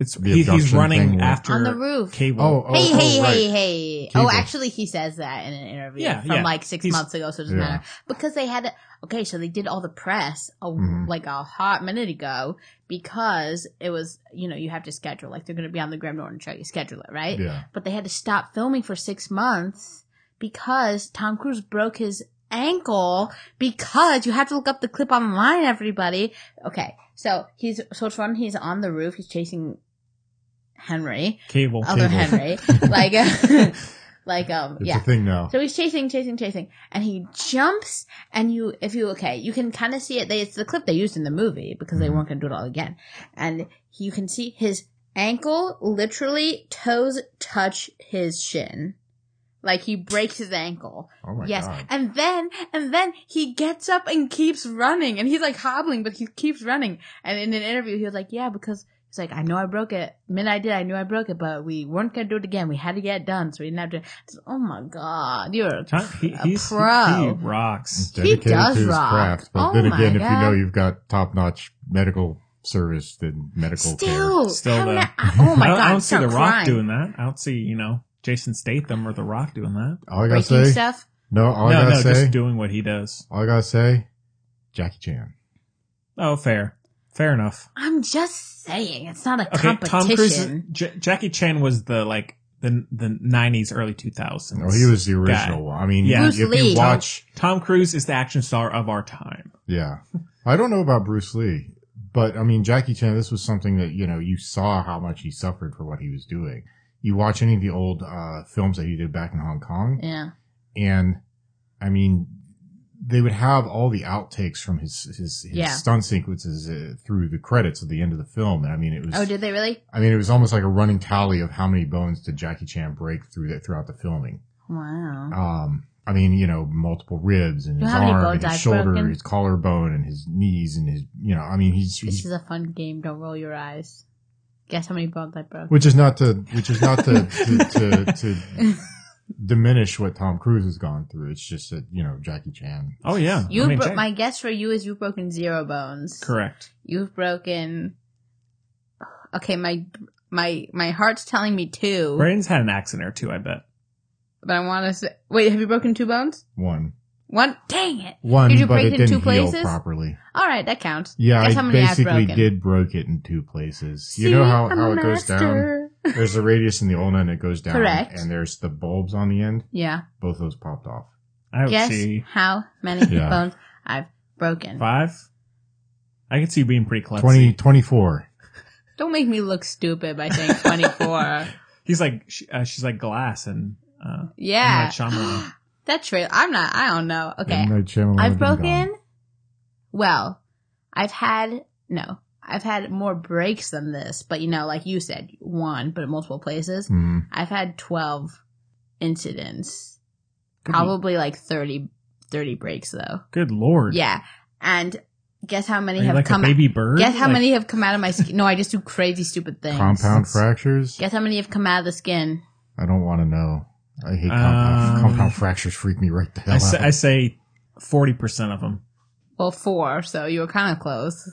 it's the he, he's abduction thing running where- after On the roof. Cable. Oh, oh, hey, oh, hey, right. hey, hey. Oh, Cable. actually, he says that in an interview Yeah, from yeah. like six He's- months ago, so it doesn't Yeah. matter. Because they had, okay, so they did all the press a, Mhm. like a hot minute ago because it was, you know, you have to schedule. Like they're going to be on the Graham Norton show, you schedule it, right? Yeah. But they had to stop filming for six months because Tom Cruise broke his ankle because you have to look up the clip online, everybody. Okay, so he's, so it's fun. He's on the roof, he's chasing Henry Cable. other Cable. Henry, <laughs> like, uh, <laughs> like, um, It's yeah. a thing now. So he's chasing, chasing, chasing, and he jumps. And you, if you okay, you can kind of see it. They, it's the clip they used in the movie because they Mhm. weren't going to do it all again. And he- you can see his ankle literally toes touch his shin, like he breaks his ankle. Oh my yes, god. and then and then he gets up and keeps running, and he's like hobbling, but he keeps running. And in an interview, he was like, "Yeah, because." He's like, I know I broke it. The minute I did, I knew I broke it, but we weren't gonna do it again. We had to get it done, so we didn't have to. I said, oh my god, you're a <laughs> Tom, he, A he's, He pro. rocks. He's dedicated does to his rock. craft. But Oh then my again, if you God. know you've got top notch medical service, then medical care. Still, Still how though. na- <laughs> oh I my don't, god, I don't see start the Rock crying. doing that. I don't see you know Jason Statham or the Rock doing that. All I gotta breaking say, stuff. no, all I no, gotta no, say, just doing what he does. all I gotta say, Jackie Chan. Oh, fair, fair enough. I'm just saying, it's not a Okay, Tom Cruise, competition. J- Jackie Chan was the like the the '90s, early 2000s. No, Oh, he was the original Guy. one. I mean, Yeah. you- Bruce if Lee. you watch, Tom Cruise is the action star of our time. yeah, I don't know about Bruce Lee, but I mean, Jackie Chan. This was something that you know you saw how much he suffered for what he was doing. You watch any of the old uh, films that he did back in Hong Kong, yeah, and I mean, they would have all the outtakes from his his, his Yeah. stunt sequences uh, through the credits at the end of the film. And I mean, it was oh, did they really? I mean, it was almost like a running tally of how many bones did Jackie Chan break through that throughout the filming. Wow, Um, I mean, you know, multiple ribs and You know his Mm-hmm. how many arm, bones and his I've shoulder, broken? his collarbone, and his knees, and his you know, I mean, he's, this he's is a fun game. Don't roll your eyes. Guess how many bones I broke. which is not to which is not <laughs> to to, to, to diminish what Tom Cruise has gone through. It's just that you know Jackie Chan. Oh yeah, You I mean, bro- Jack- my guess for you is you've broken zero bones. correct. You've broken. Okay, my my my heart's telling me two, Braden's had an accident or two, I bet. but I want to say. Wait, have you broken two bones? One, One. Dang it. One, Did you but it break it in didn't two heal places? properly. All right, that counts. Yeah, Guess how I many I've basically broken. did broke it in two places. you know See, how, I'm how a it goes down? master. There's the radius and the ulna and it goes down. Correct. And there's the bulbs on the end. Yeah. Both those popped off. Guess Ouchie. how <laughs> many Yeah. bones I've broken. Five? I can see you being pretty clumsy. 20, 24. Don't make me look stupid by saying <laughs> 24. He's like, sh uh, she's like glass and, uh, yeah. Midnight Shyamalan. <gasps> <gasps> that trailer. I'm not, I don't know. Okay. M. Night Shyamalan I've ding-dong. broken. Well, I've had no. I've had more breaks than this, but you know, like you said, one, but in multiple places. Hmm. I've had 12 incidents. Good, Probably like 30, 30 breaks though. good lord. Yeah. And guess how many Are you have like come a baby bird? Guess how Like, many have come out of my skin? No, I just do crazy stupid things. Compound fractures? Guess how many have come out of the skin? I don't want to know. I hate compound, Um, compound fractures. Freak me right the hell I say, out. I say 40% of them. Well, four, so you were kind of close.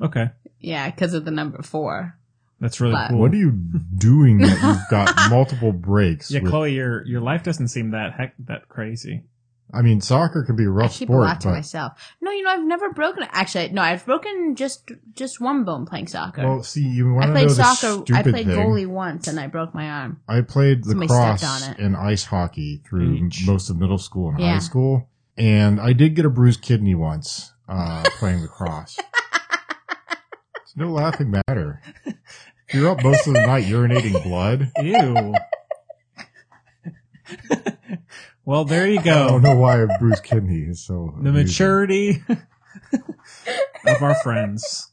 Okay. Yeah, because of the number four. That's really But- cool. what <laughs> are you doing that you've got multiple breaks? yeah, with- Chloe, your your life doesn't seem that heck that crazy. I mean, soccer can be a I rough keep a sport, lot to but myself. No, you know, I've never broken. Actually, no, I've broken just just one bone playing soccer. well, see, you I want to know played the soccer. stupid I played thing. goalie once, and I broke my arm. I played Somebody lacrosse stepped on it. and ice hockey through Ouch. most of middle school and Yeah. high school, and I did get a bruised kidney once uh, playing lacrosse. It's no laughing matter. If you're up most of the night urinating blood. Ew. well, there you I don't go. know why a bruised kidney is so The amusing. maturity of our friends.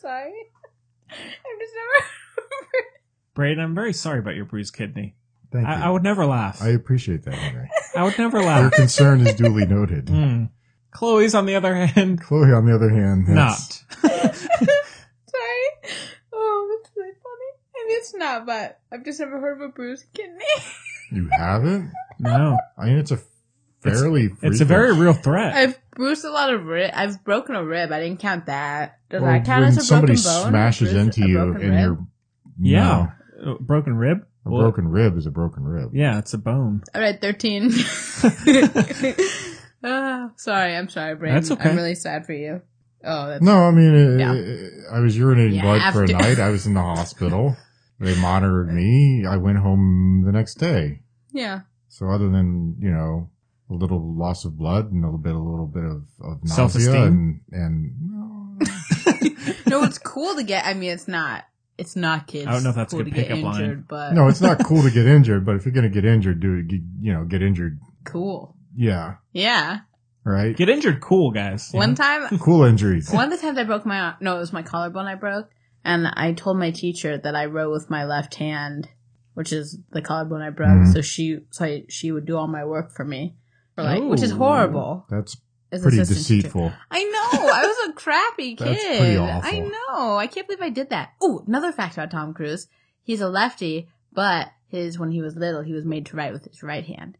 Sorry, <laughs> I'm just never. <laughs> Braden, I'm very sorry about your bruised kidney. Thank you. I, I would never laugh. I I, appreciate that, Henry. would never Your <laughs> laugh. concern is duly noted. Mm. Chloe's, on the other hand, Chloe, on the other hand, has- not. Sorry. Oh, that's really funny. I mean, it's not, but I've just never heard of a bruised kidney. <laughs> You haven't? No. I mean, it's a fairly. It's a very frequent- real threat. I've bruised a lot of rib. I've broken a rib. I didn't count that. Does Well, that count when as a somebody broken bone? smashes A bruise- into a you broken and rib? you're Yeah. Uh, broken rib? a Well, broken rib is a broken rib. Yeah, it's a bone. All <laughs> right, 13. <laughs> Ah, sorry, I'm sorry, Brandon. That's okay. I'm really sad for you. Oh, that's. No, I mean, it, Yeah. it- I was urinating You blood have for a to. night. I was in the <laughs> hospital. They monitored me. I went home the next day. Yeah. So other than you know a little loss of blood and a little bit, a little bit of, of nausea Self-esteem? and and No, it's cool to get. I mean, it's not. It's not kids. I don't know if that's a cool good to get pickup line. injured, But no, it's not cool to get injured. But if you're gonna get injured, do it. get- You know, get injured. cool. Yeah, Yeah. right. Get injured cool, guys. <laughs> One time, cool injuries. one of the times I broke my arm- no, it was my collarbone I broke, and I told my teacher that I wrote with my left hand, which is the collarbone I broke. Mm-hmm. Mhm. So she, so I, she would do all my work for me, for like, which is Ooh. horrible. That's as pretty assistant teacher. deceitful. I know. I was a crappy <laughs> kid. That's pretty awful. I know. I can't believe I did that. Oh, another fact about Tom Cruise. He's a lefty, but his when he was little, he was made to write with his right hand.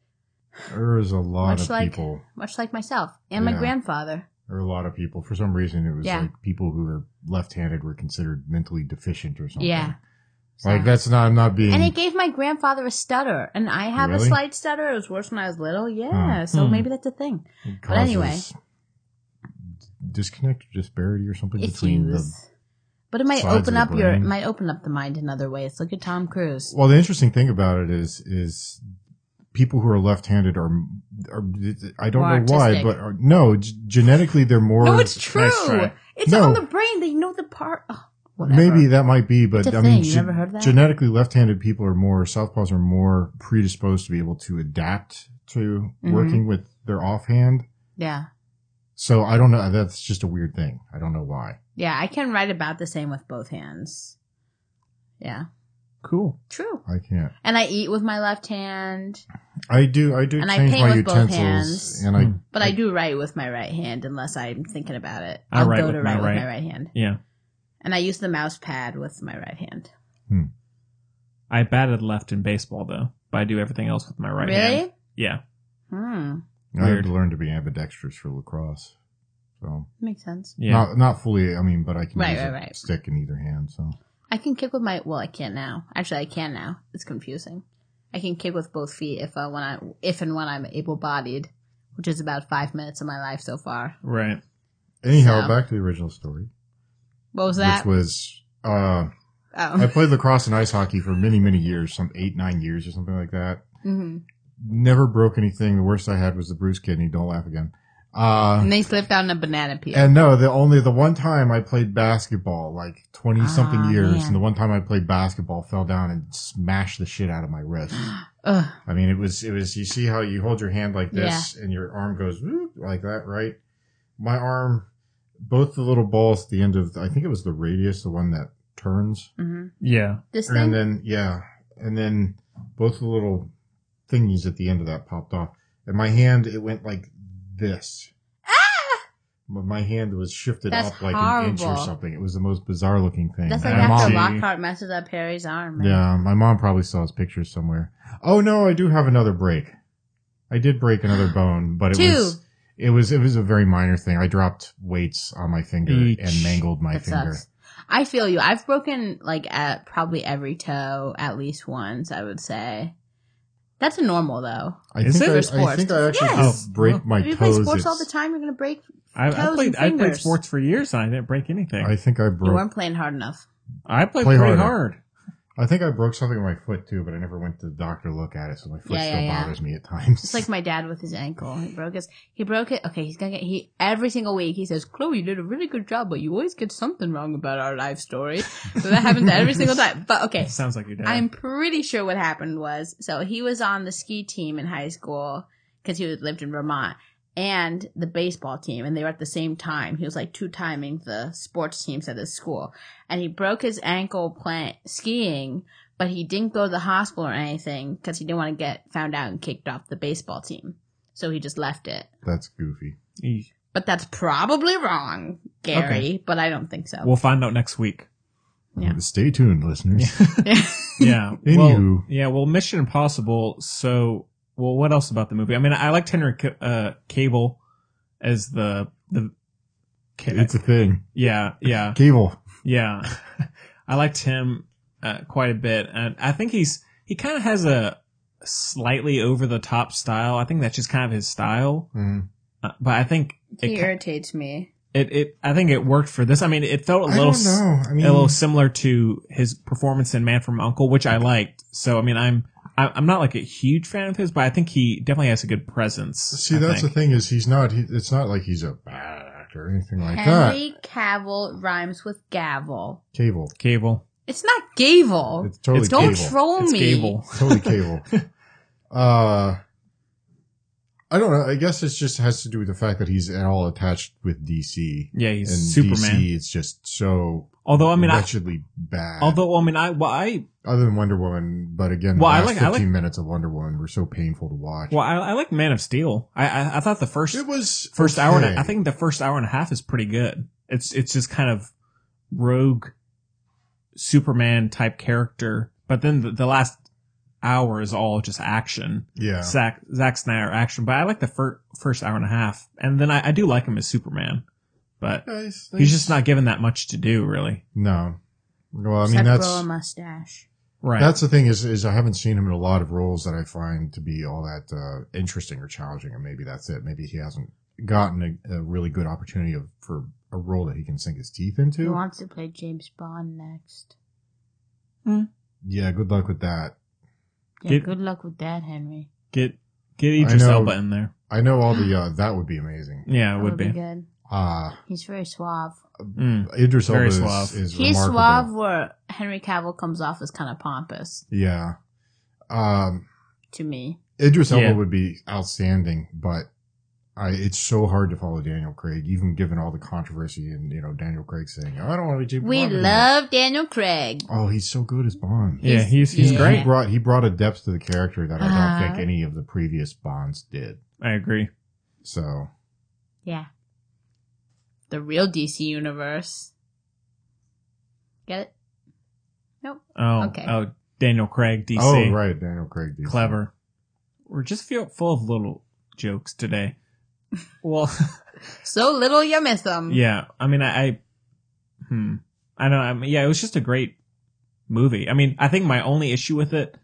There is a lot Much of like- people. Much like myself and my Yeah. grandfather. There are a lot of people. For some reason, it was Yeah. like people who were left-handed were considered mentally deficient or something. Yeah. Like that's not. I'm not being. And it gave my grandfather a stutter, and I have a Really? slight stutter. It was worse when I was little. Yeah, Huh. so Hmm. maybe that's a thing. it but anyway. causes Disconnect or disparity or something It's between the used. But it might sides of open the up your, it brain. might open up the mind in other ways. Look at Tom Cruise. Well, the interesting thing about it is is people who are left-handed are are I don't More know why, artistic. but are, no, g- genetically they're more. no, it's true. try. It's No. on the brain. They know the part. Oh, whatever. Maybe that might be, but It's a I mean, thing. You never heard that? genetically left-handed people are more southpaws are more predisposed to be able to adapt to Mm-hmm. working with their offhand. Yeah. So I don't know. That's just a weird thing. I don't know why. Yeah, I can write about the same with both hands. Yeah. Cool. True. I can't. And I eat with my left hand, I do. I do And I change paint my with both utensils, hands. and I. Hmm. but I, do write with my right hand unless I'm thinking about it. I I'll write go with to my write with my right. right hand. Yeah. And I use the mouse pad with my right hand. I batted left in baseball though, but I do everything else with my right really? hand. Yeah. Hmm. I had Weird. to learn to be ambidextrous for lacrosse. So Makes sense. Yeah. Not not fully. I mean, but I can Right, use right, a right. stick in either hand. So I can kick with my well, I can't now. Actually I can now. It's confusing. I can kick with both feet if uh, when I if and when I'm able bodied. which is about five minutes of my life so far. Right. Anyhow, So- back to the original story, What was that? which was uh, I <laughs> oh. played lacrosse and ice hockey for many, many years, some eight, nine years or something like that. hmm Never broke anything. The worst I had was the bruised kidney. Don't laugh again. Uh, And they slipped on a banana peel. and no, the only the one time I played basketball, like twenty Ah, something years, man. and the one time I played basketball, fell down and smashed the shit out of my <gasps> wrist. Ugh. I mean, it was it was. You see how you hold your hand like this, and your arm goes whoop, like that, right? My arm, both the little balls at the end of, I think it was the radius, the one that turns, hmm Yeah. This thing. and then yeah, and then both the little thingies at the end of that popped off, and my hand it went like this. Ah! My hand was shifted That's up like an inch or horrible. something. It was the most bizarre looking thing. That's like And my after mom- Lockhart messes up Harry's arm. man. yeah, my mom probably saw his pictures somewhere. Oh no, I do have another break. I did break another bone, but it Two. was it was it was a very minor thing. I dropped weights on my finger Each. and mangled my that finger. sucks. I feel you. I've broken like at probably every toe at least once. I would say that's a normal though. I Is think it? I, For I sports. think I actually Yes. did break my if you play toes. sports at- all the time, you're gonna break. I, Toes I and played. I played fingers. sports for years, and I didn't break anything. I think I You broke. weren't playing hard enough. I played Play pretty harder. hard. I think I broke something with my foot too, but I never went to the doctor to look at it, so my foot Yeah, still yeah, yeah. bothers me at times. It's like my dad with his ankle. He broke his. He broke it. Okay, he's gonna get. He every single week he says, "Chloe, you did a really good job, but you always get something wrong about our life story." <laughs> So that happens every single time. But okay, Sounds like your dad. I'm pretty sure what happened was so he was on the ski team in high school because he was- lived in Vermont and the baseball team, and they were at the same time. He was like two timing the sports teams at his school, and he broke his ankle plant skiing, but he didn't go to the hospital or anything because he didn't want to get found out and kicked off the baseball team. So he just left it. <laughs> that's goofy. Eesh. But that's probably wrong, Gary. Okay. But I don't think so. We'll find out next <laughs> week. Yeah. Stay tuned, <laughs> listeners. Yeah. Anywho. Well, yeah. Well, Mission Impossible. So, well, what else about the movie? I mean, I liked Henry C- uh, Cable as the the. ca- It's a thing. yeah. Yeah. Cable. Yeah, <laughs> I liked him uh, quite a bit, and I think he's he kind of has a slightly over the top style. I think that's just kind of his style, Mm. uh, but I think he it, ki- irritates me. it it I think it worked for this. I mean, it felt a I little don't s- know. I mean, a little similar to his performance in Man from Uncle, which I liked. So I mean, I'm I- I'm not like a huge fan of his, but I think he definitely has a good presence. See, I that's think. the thing is he's not. He, it's not like he's a bad actor or anything like that. Henry Cavill rhymes with gavel. Cable. Cable. It's not gavel. It's totally It's cable. Don't troll It's me. Gable. totally <laughs> cable. uh, I don't know. I guess it just has to do with the fact that he's at all attached with DC. Yeah, he's and Superman. DC is just so Although I mean, I, wretchedly bad. although I mean, I well, I other than Wonder Woman, but again, Well, I the last like- I fifteen like- minutes of Wonder Woman were so painful to watch. Well, I, I like Man of Steel. I I, I thought the first it was first hour, and okay. a, I think the first hour and a half is pretty good. It's it's just kind of rogue Superman type character, but then the, the last hour is all just action, yeah. Zack Zack Snyder action. But I like the fir- first hour and a half, and then I, I do like him as Superman, but Yeah, he's- he's just not given that much to do really. no. Well, I mean Except that's grow a mustache. Right. That's the thing is, is I haven't seen him in a lot of roles that I find to be all that uh, interesting or challenging, and maybe that's it. Maybe he hasn't gotten a, a really good opportunity of, for a role that he can sink his teeth Who into. wants to play James Bond next? Yeah, good luck with that. Yeah, Get- good luck with that, Henry. get get I Idris know. Elba in there. I know all the uh, that would be amazing. Yeah, it That would be. good. Uh He's very suave. Mm. Idris Very Elba is, suave. is He's remarkable. suave where Henry Cavill comes off as kind of pompous Yeah, um, to me. Idris Elba Yeah. would be outstanding, but I, it's so hard to follow Daniel Craig, even given all the controversy and you know Daniel Craig saying, "I don't want to be James We Bond anymore." love Daniel Craig. Oh, he's so good as Bond. Yeah, he's he's yeah. He great. brought he brought a depth to the character that I don't Uh-huh. think any of the previous Bonds did. I agree. So Yeah. The real DC universe. Get it? Oh, Okay. oh, Daniel Craig, DC. oh right, Daniel Craig, DC. Clever. We're just feel, full of little jokes today. Well, So little you miss them. <laughs> yeah. I mean, I, I hmm. I don't. I mean, yeah, it was just a great movie. I mean, I think my only issue with it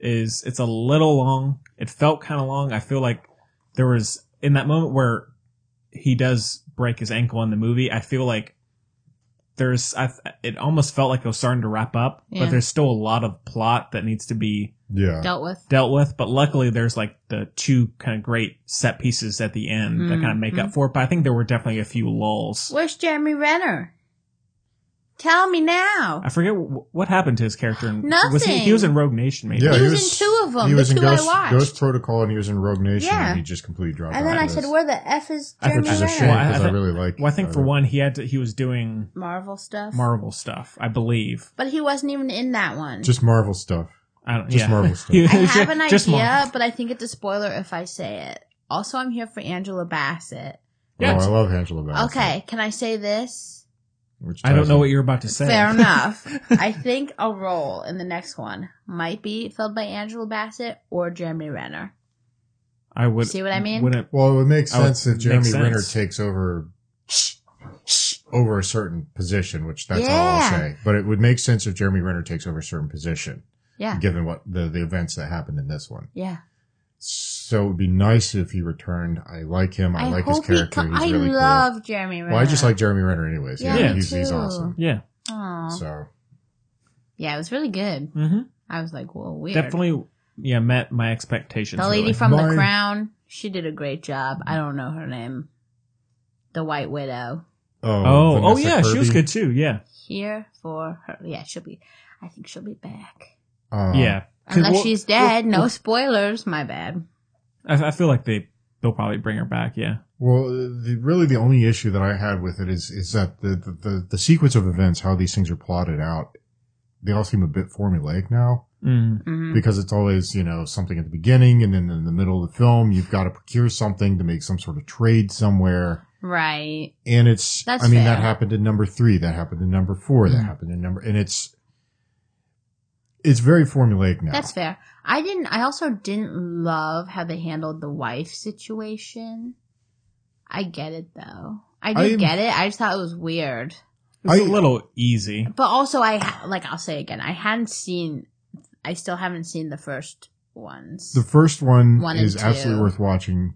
is it's a little long. It felt kind of long. I feel like there was in that moment where he does break his ankle in the movie, I feel like there's I it almost felt like it was starting to wrap up, Yeah. but there's still a lot of plot that needs to be Yeah. dealt with. dealt with. But luckily, there's like the two kind of great set pieces at the end that kind of make Mm-hmm. up for it. But I think there were definitely a few lulls. Where's Jeremy Renner? Tell me now. I forget w- what happened to his character. In, Was he, Nothing. he was in Rogue Nation, maybe. Yeah, He was in two of 'em, He the was in two I Ghost, watched. Ghost Protocol and he was in Rogue Nation. Yeah. And he just completely dropped And out then of I this, said, "Where the f is I think Which Jeremy is a Jeremy shame Renner. Well, Renner?" I- because I, think- really like. Well, I think uh, for one, he had to, he was doing Marvel stuff. Marvel stuff, I believe. but he wasn't even in that one. just Marvel stuff. I don't. Just yeah. <laughs> Marvel stuff. He- <laughs> I just- have an just Marvel. idea, but I think it's a spoiler if I say it. Also, I'm here for Angela Bassett. Yeah, oh, I it's- love Angela Bassett. Okay, can I say this? which I don't ties know in. what you're about to say. <laughs> Fair enough. I think a role in the next one might be filled by Angela Bassett or Jeremy Renner. <laughs> I would See what I mean? Wouldn't Well, it would make Oh, sense it if Jeremy makes Renner sense. takes over over a certain position, which that's all I'll Yeah. say. But it would make sense if Jeremy Renner takes over a certain position, Yeah. given what the, the events that happened in this one. Yeah. So it would be nice if he returned. I like him. I, like his he character. co- He's I really love Jeremy cool. Renner. Well, I just like Jeremy Renner, anyways. Yeah, Yeah, me he's, he's too. awesome. yeah. Aw. So Yeah, it was really good. hmm I was like, whoa, weird. Definitely. Yeah, met my expectations. The lady really. from The My- Crown, she did a great job. I don't know her name. The White Widow. oh Oh, oh Vanessa yeah, she was Kirby. good too. Yeah, Here for her. Yeah, she'll be. I think she'll be back. Uh, yeah. 'Cause Unless we'll- she's dead. No spoilers. My bad. I, I feel like they they'll probably bring her back. Yeah, Well, the, really, the only issue that I had with it is is that the, the, the, the sequence of events, how these things are plotted out, they all seem a bit formulaic now mm. Mhm. because it's always you know something at the beginning and then in the middle of the film you've got to procure something to make some sort of trade somewhere, Right. and it's That's I mean fair. Hmm. that happened in number three, that happened in number 4 that Mhm. happened in number, and it's it's very formulaic now. That's fair. I didn't. I also didn't love how they handled the wife situation. I get it though. I do I'm- get it. I just thought it was weird. it's a I- little easy. But also, I ha- like. I'll say again. I hadn't seen. I still haven't seen the first ones. The first one, One and is absolutely two. worth watching.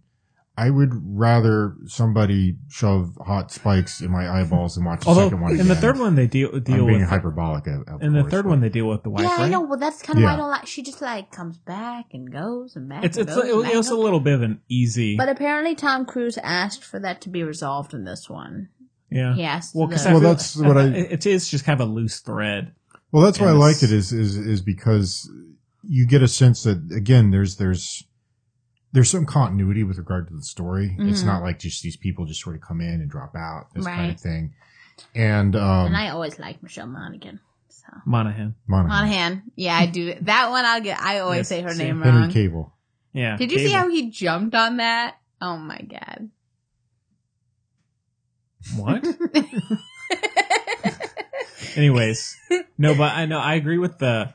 I would rather somebody shove hot spikes in my eyeballs than watch the Although second one. in Again. the third one they deal I'm deal being with hyperbolic. Of, of in the course, third but- one they deal with the wife. yeah, right? I know. Well, that's kind of why I Yeah. don't like. She just like comes back and goes and back. It's and it's goes it, and was- back it was a and- little bit of an easy. But apparently, Tom Cruise asked for that to be resolved in this one. yeah. He asked. Well, the- 'cause I Well, feel- that's what I- It it is just kind of a loose thread. Well, that's why I And liked it's- it is is is because you get a sense that again, there's there's there's some continuity with regard to the story. It's Mhm. not like just these people just sort of come in and drop out, this kind Right. of thing. And um, and I always liked Michelle Monaghan. So. Monahan. Monahan. Monahan. Yeah, I do. That one I'll get. I always Yes, say her see, name Henry wrong. Cable. Yeah. Did you see Cable. how he jumped on that? Oh my <laughs> god. <laughs> What? <laughs> Anyways, no, but I know I agree with the.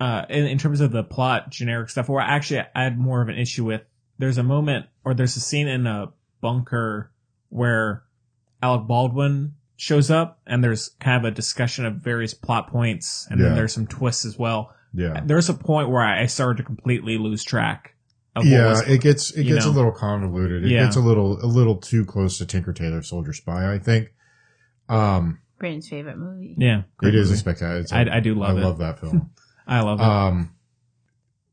Uh, in, in terms of the plot, generic stuff. Where actually I had more of an issue with. There's a moment, or there's a scene in a bunker where Alec Baldwin shows up, and there's kind of a discussion of various plot points, and then Yeah. there's some twists as well. Yeah. There's a point where I I started to completely lose track. Of what yeah, was, it gets it you gets know. a little convoluted. It Yeah. gets a little a little too close to Tinker Tailor Soldier Spy. I think. Um, Brayden's favorite movie. yeah, it is a movie. spectacular. it's a- I- I do love I it. love that film. I love it. um,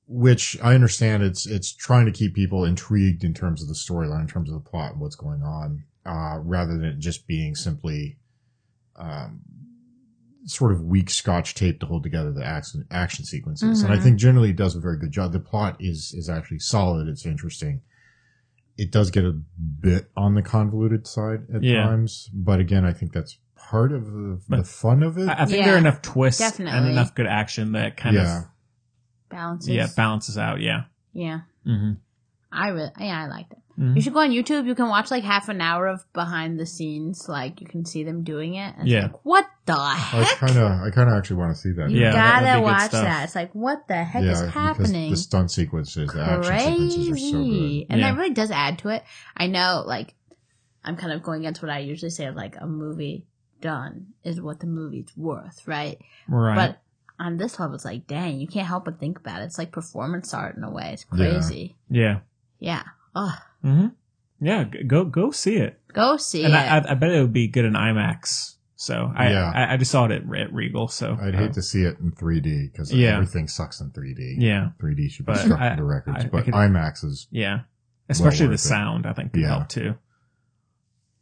which I understand it's it's trying to keep people intrigued in terms of the storyline, in terms of the plot and what's going on, uh, rather than it just being simply, um, sort of weak Scotch tape to hold together the action action sequences. And Mhm. Mm-hmm. I think generally it does a very good job. The plot is is actually solid. It's interesting. It does get a bit on the convoluted side at Yeah. times, but again, I think that's part of the, the But- fun of it. I, I think Yeah. there are enough twists and Definitely. enough good action that kind Yeah. of Balances. yeah balances out. Yeah. Yeah. Mm-hmm. I really, yeah, I liked it. Mhm. You should go on YouTube. You can watch like half an hour of behind the scenes. Like you can see them doing it. And it's Yeah. like, what the I heck? kind of, I kind of actually want to see that. you Yeah, that would gotta be good watch stuff. that. It's like, what the heck is because happening? The stunt sequences, the action crazy. sequences are so good. And Yeah. that really does add to it. I know, like, I'm kind of going against what I usually say of like a movie done is what the movie's worth, right? Right. But on this level, it's like, dang, you can't help but think about it. It's like performance art in a way. It's crazy. yeah. Yeah. Ugh. hmm Yeah, g- go go see it. Go see And it. I, I, I bet it would be good in IMAX. So I Yeah. I, I just saw it at, Re- at Regal. So I'd uh, hate to see it in 3D because Yeah. everything sucks in 3D. Yeah, 3D should be But stuck I- into records, I- I but could- IMAX is yeah. Especially worth the it. sound, I think, could Yeah. help too.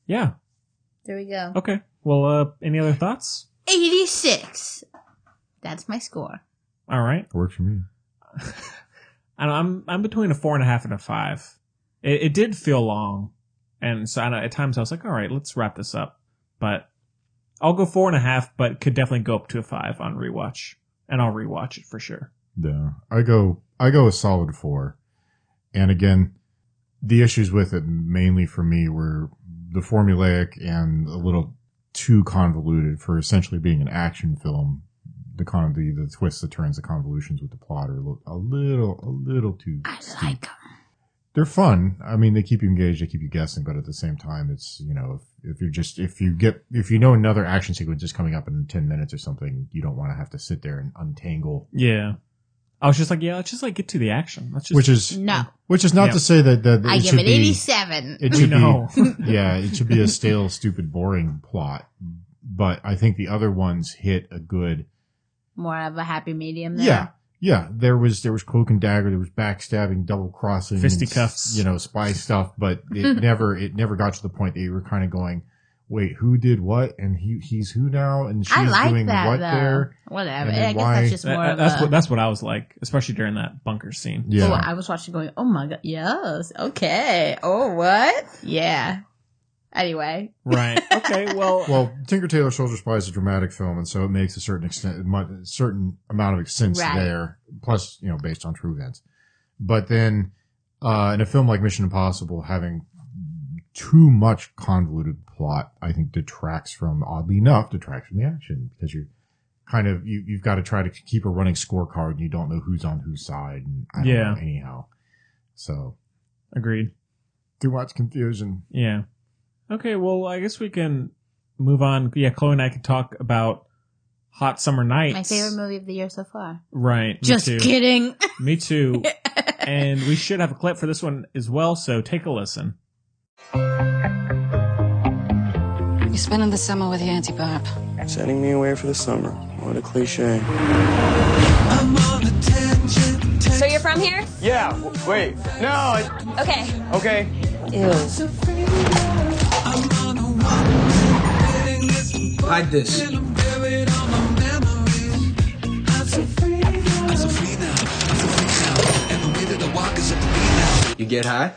Yeah. there we go. Okay. Well, uh, any other thoughts? 86. That's my score. All right. works for me. I don't, I'm I'm between a four and a half and a five. It, it did feel long, and so I know, at times I was like, all right, let's wrap this up. But I'll go four and a half, but could definitely go up to a five on rewatch, and I'll rewatch it for sure. Yeah, I go I go a solid four, and again, the issues with it mainly for me were the formulaic and a little too convoluted for essentially being an action film. The con the, the twists, the turns, the convolutions with the plot are a little a little, a little too. I steep. like 'em. They're fun. I mean, they keep you engaged, they keep you guessing, but at the same time, it's you know, if, if you're just if you get if you know another action sequence is coming up in ten minutes or something, you don't want to have to sit there and untangle, Yeah. I was just like, yeah, let's just like get to the action. Let's just which is No. Which is not Yeah. to say that that I it give should it be- 87. It we should know. be <laughs> yeah, it should be <laughs> a stale, stupid, boring plot. But I think the other ones hit a good More of a happy medium there. yeah. Yeah, there was there was cloak and dagger, there was backstabbing, double crossing, Fisticuffs. you know, <laughs> spy stuff. But it never it never got to the point that you were kind of going, wait, who did what, and he he's who now, and she's I like doing that, what though. there? Whatever. And I then guess why- that's just more That- of that's a. what that's what I was like, especially during that bunker scene. Yeah, Oh, I was watching going, oh my god, yes, okay, oh what? Yeah. Anyway, <laughs> Right. Okay. Well. <laughs> Well, Tinker Tailor Soldier Spy is a dramatic film, and so it makes a certain extent, it might- a certain amount of sense Right. there. Plus, you know, based on true events. But then, uh, in a film like Mission Impossible, having too much convoluted plot, I think detracts from, oddly enough, detracts from the action because you're kind of you, you've got to try to keep a running scorecard, and you don't know who's on whose side, and I don't Yeah. know anyhow. So agreed. too much confusion. Yeah. Okay. Well, I guess we can move on. Yeah, Chloe and I could talk about Hot Summer Nights. my favorite movie of the year so far. Right. Me just too. kidding. Me <laughs> too. and we should have a clip for this one as well. So take a listen. You're spending the summer with your Auntie Bob. Sending me away for the summer. What a cliche. So you're from here? Yeah, w- wait. No, it- Okay. okay. Hide this. You get high?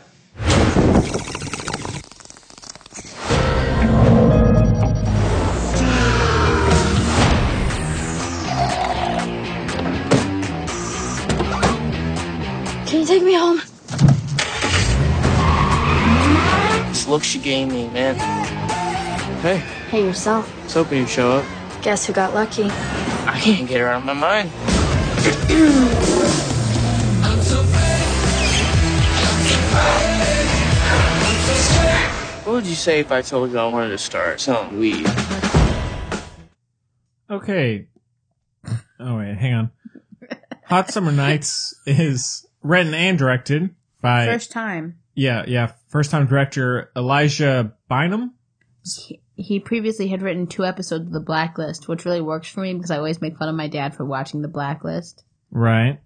Can you take me home? This look she gave me, man. Hey, Hey, yourself. I was hoping you'd show up. Guess who got lucky? I can't get her out of my mind. What would you say if I told you I wanted to start selling weed? Okay. Oh wait, hang on. Hot Summer Nights is written and directed by First time. yeah yeah first time director Elijah Bynum. He- He previously had written two episodes of The Blacklist, which really works for me because I always make fun of my dad for watching The Blacklist. Right.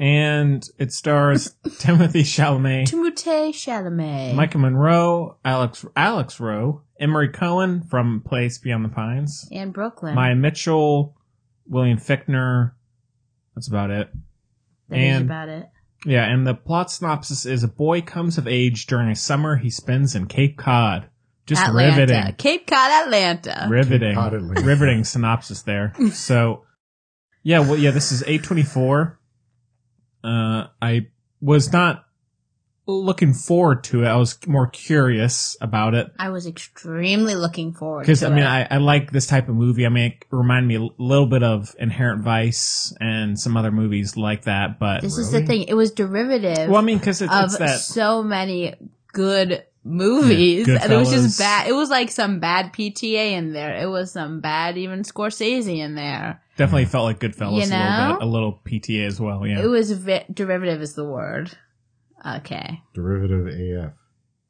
And it <laughs> stars Timothy Chalamet. Timothée Chalamet. Micah Monroe, Alex Alex Rowe, Emery Cohen from Place Beyond the Pines, and Brooklyn. Maya Mitchell, William Fickner. That's about it. That is and- about it. Yeah, and the plot synopsis is a boy comes of age during a summer he spends in Cape Cod. Just Atlanta. riveting. Cape Cod, Atlanta. Riveting. Cape Cod, Atlanta. riveting synopsis <laughs> there. So yeah, well yeah, this is 824. Uh I was not looking forward to it. I was more curious about it. I was extremely looking forward Because to I mean, it. I, I like this type of movie. I mean, it reminded me a little bit of Inherent Vice and some other movies like that. But this is the thing. It was derivative well, I mean, because it's, of it's that so many good movies, Yeah, and it was Goodfellas. just bad. It was like some bad PTA in there. It was some bad even Scorsese in there. definitely felt like Goodfellas You a little know? bit, a little PTA as well. Yeah, It was ve- derivative is the word Okay. Derivative AF.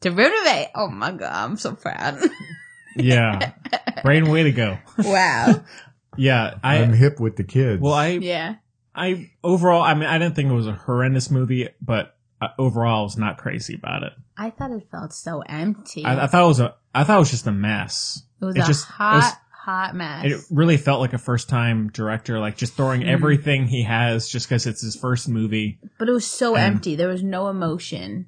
Derivative A. Oh my god, I'm so <laughs> proud. <laughs> Yeah. Braden, way to go. wow. Yeah. I, I'm hip with the kids. well, I, <laughs> Yeah. I overall, I mean, I didn't think it was a horrendous movie, but uh, overall, I was not crazy about it. I thought it felt so empty. I, I thought it was a, I thought it was just a mess. it was it a just- it hot, was- hot mess. It really felt like a first time director, like just throwing Hmm. everything he has just because it's his first movie. But it was so And- empty. There was no emotion.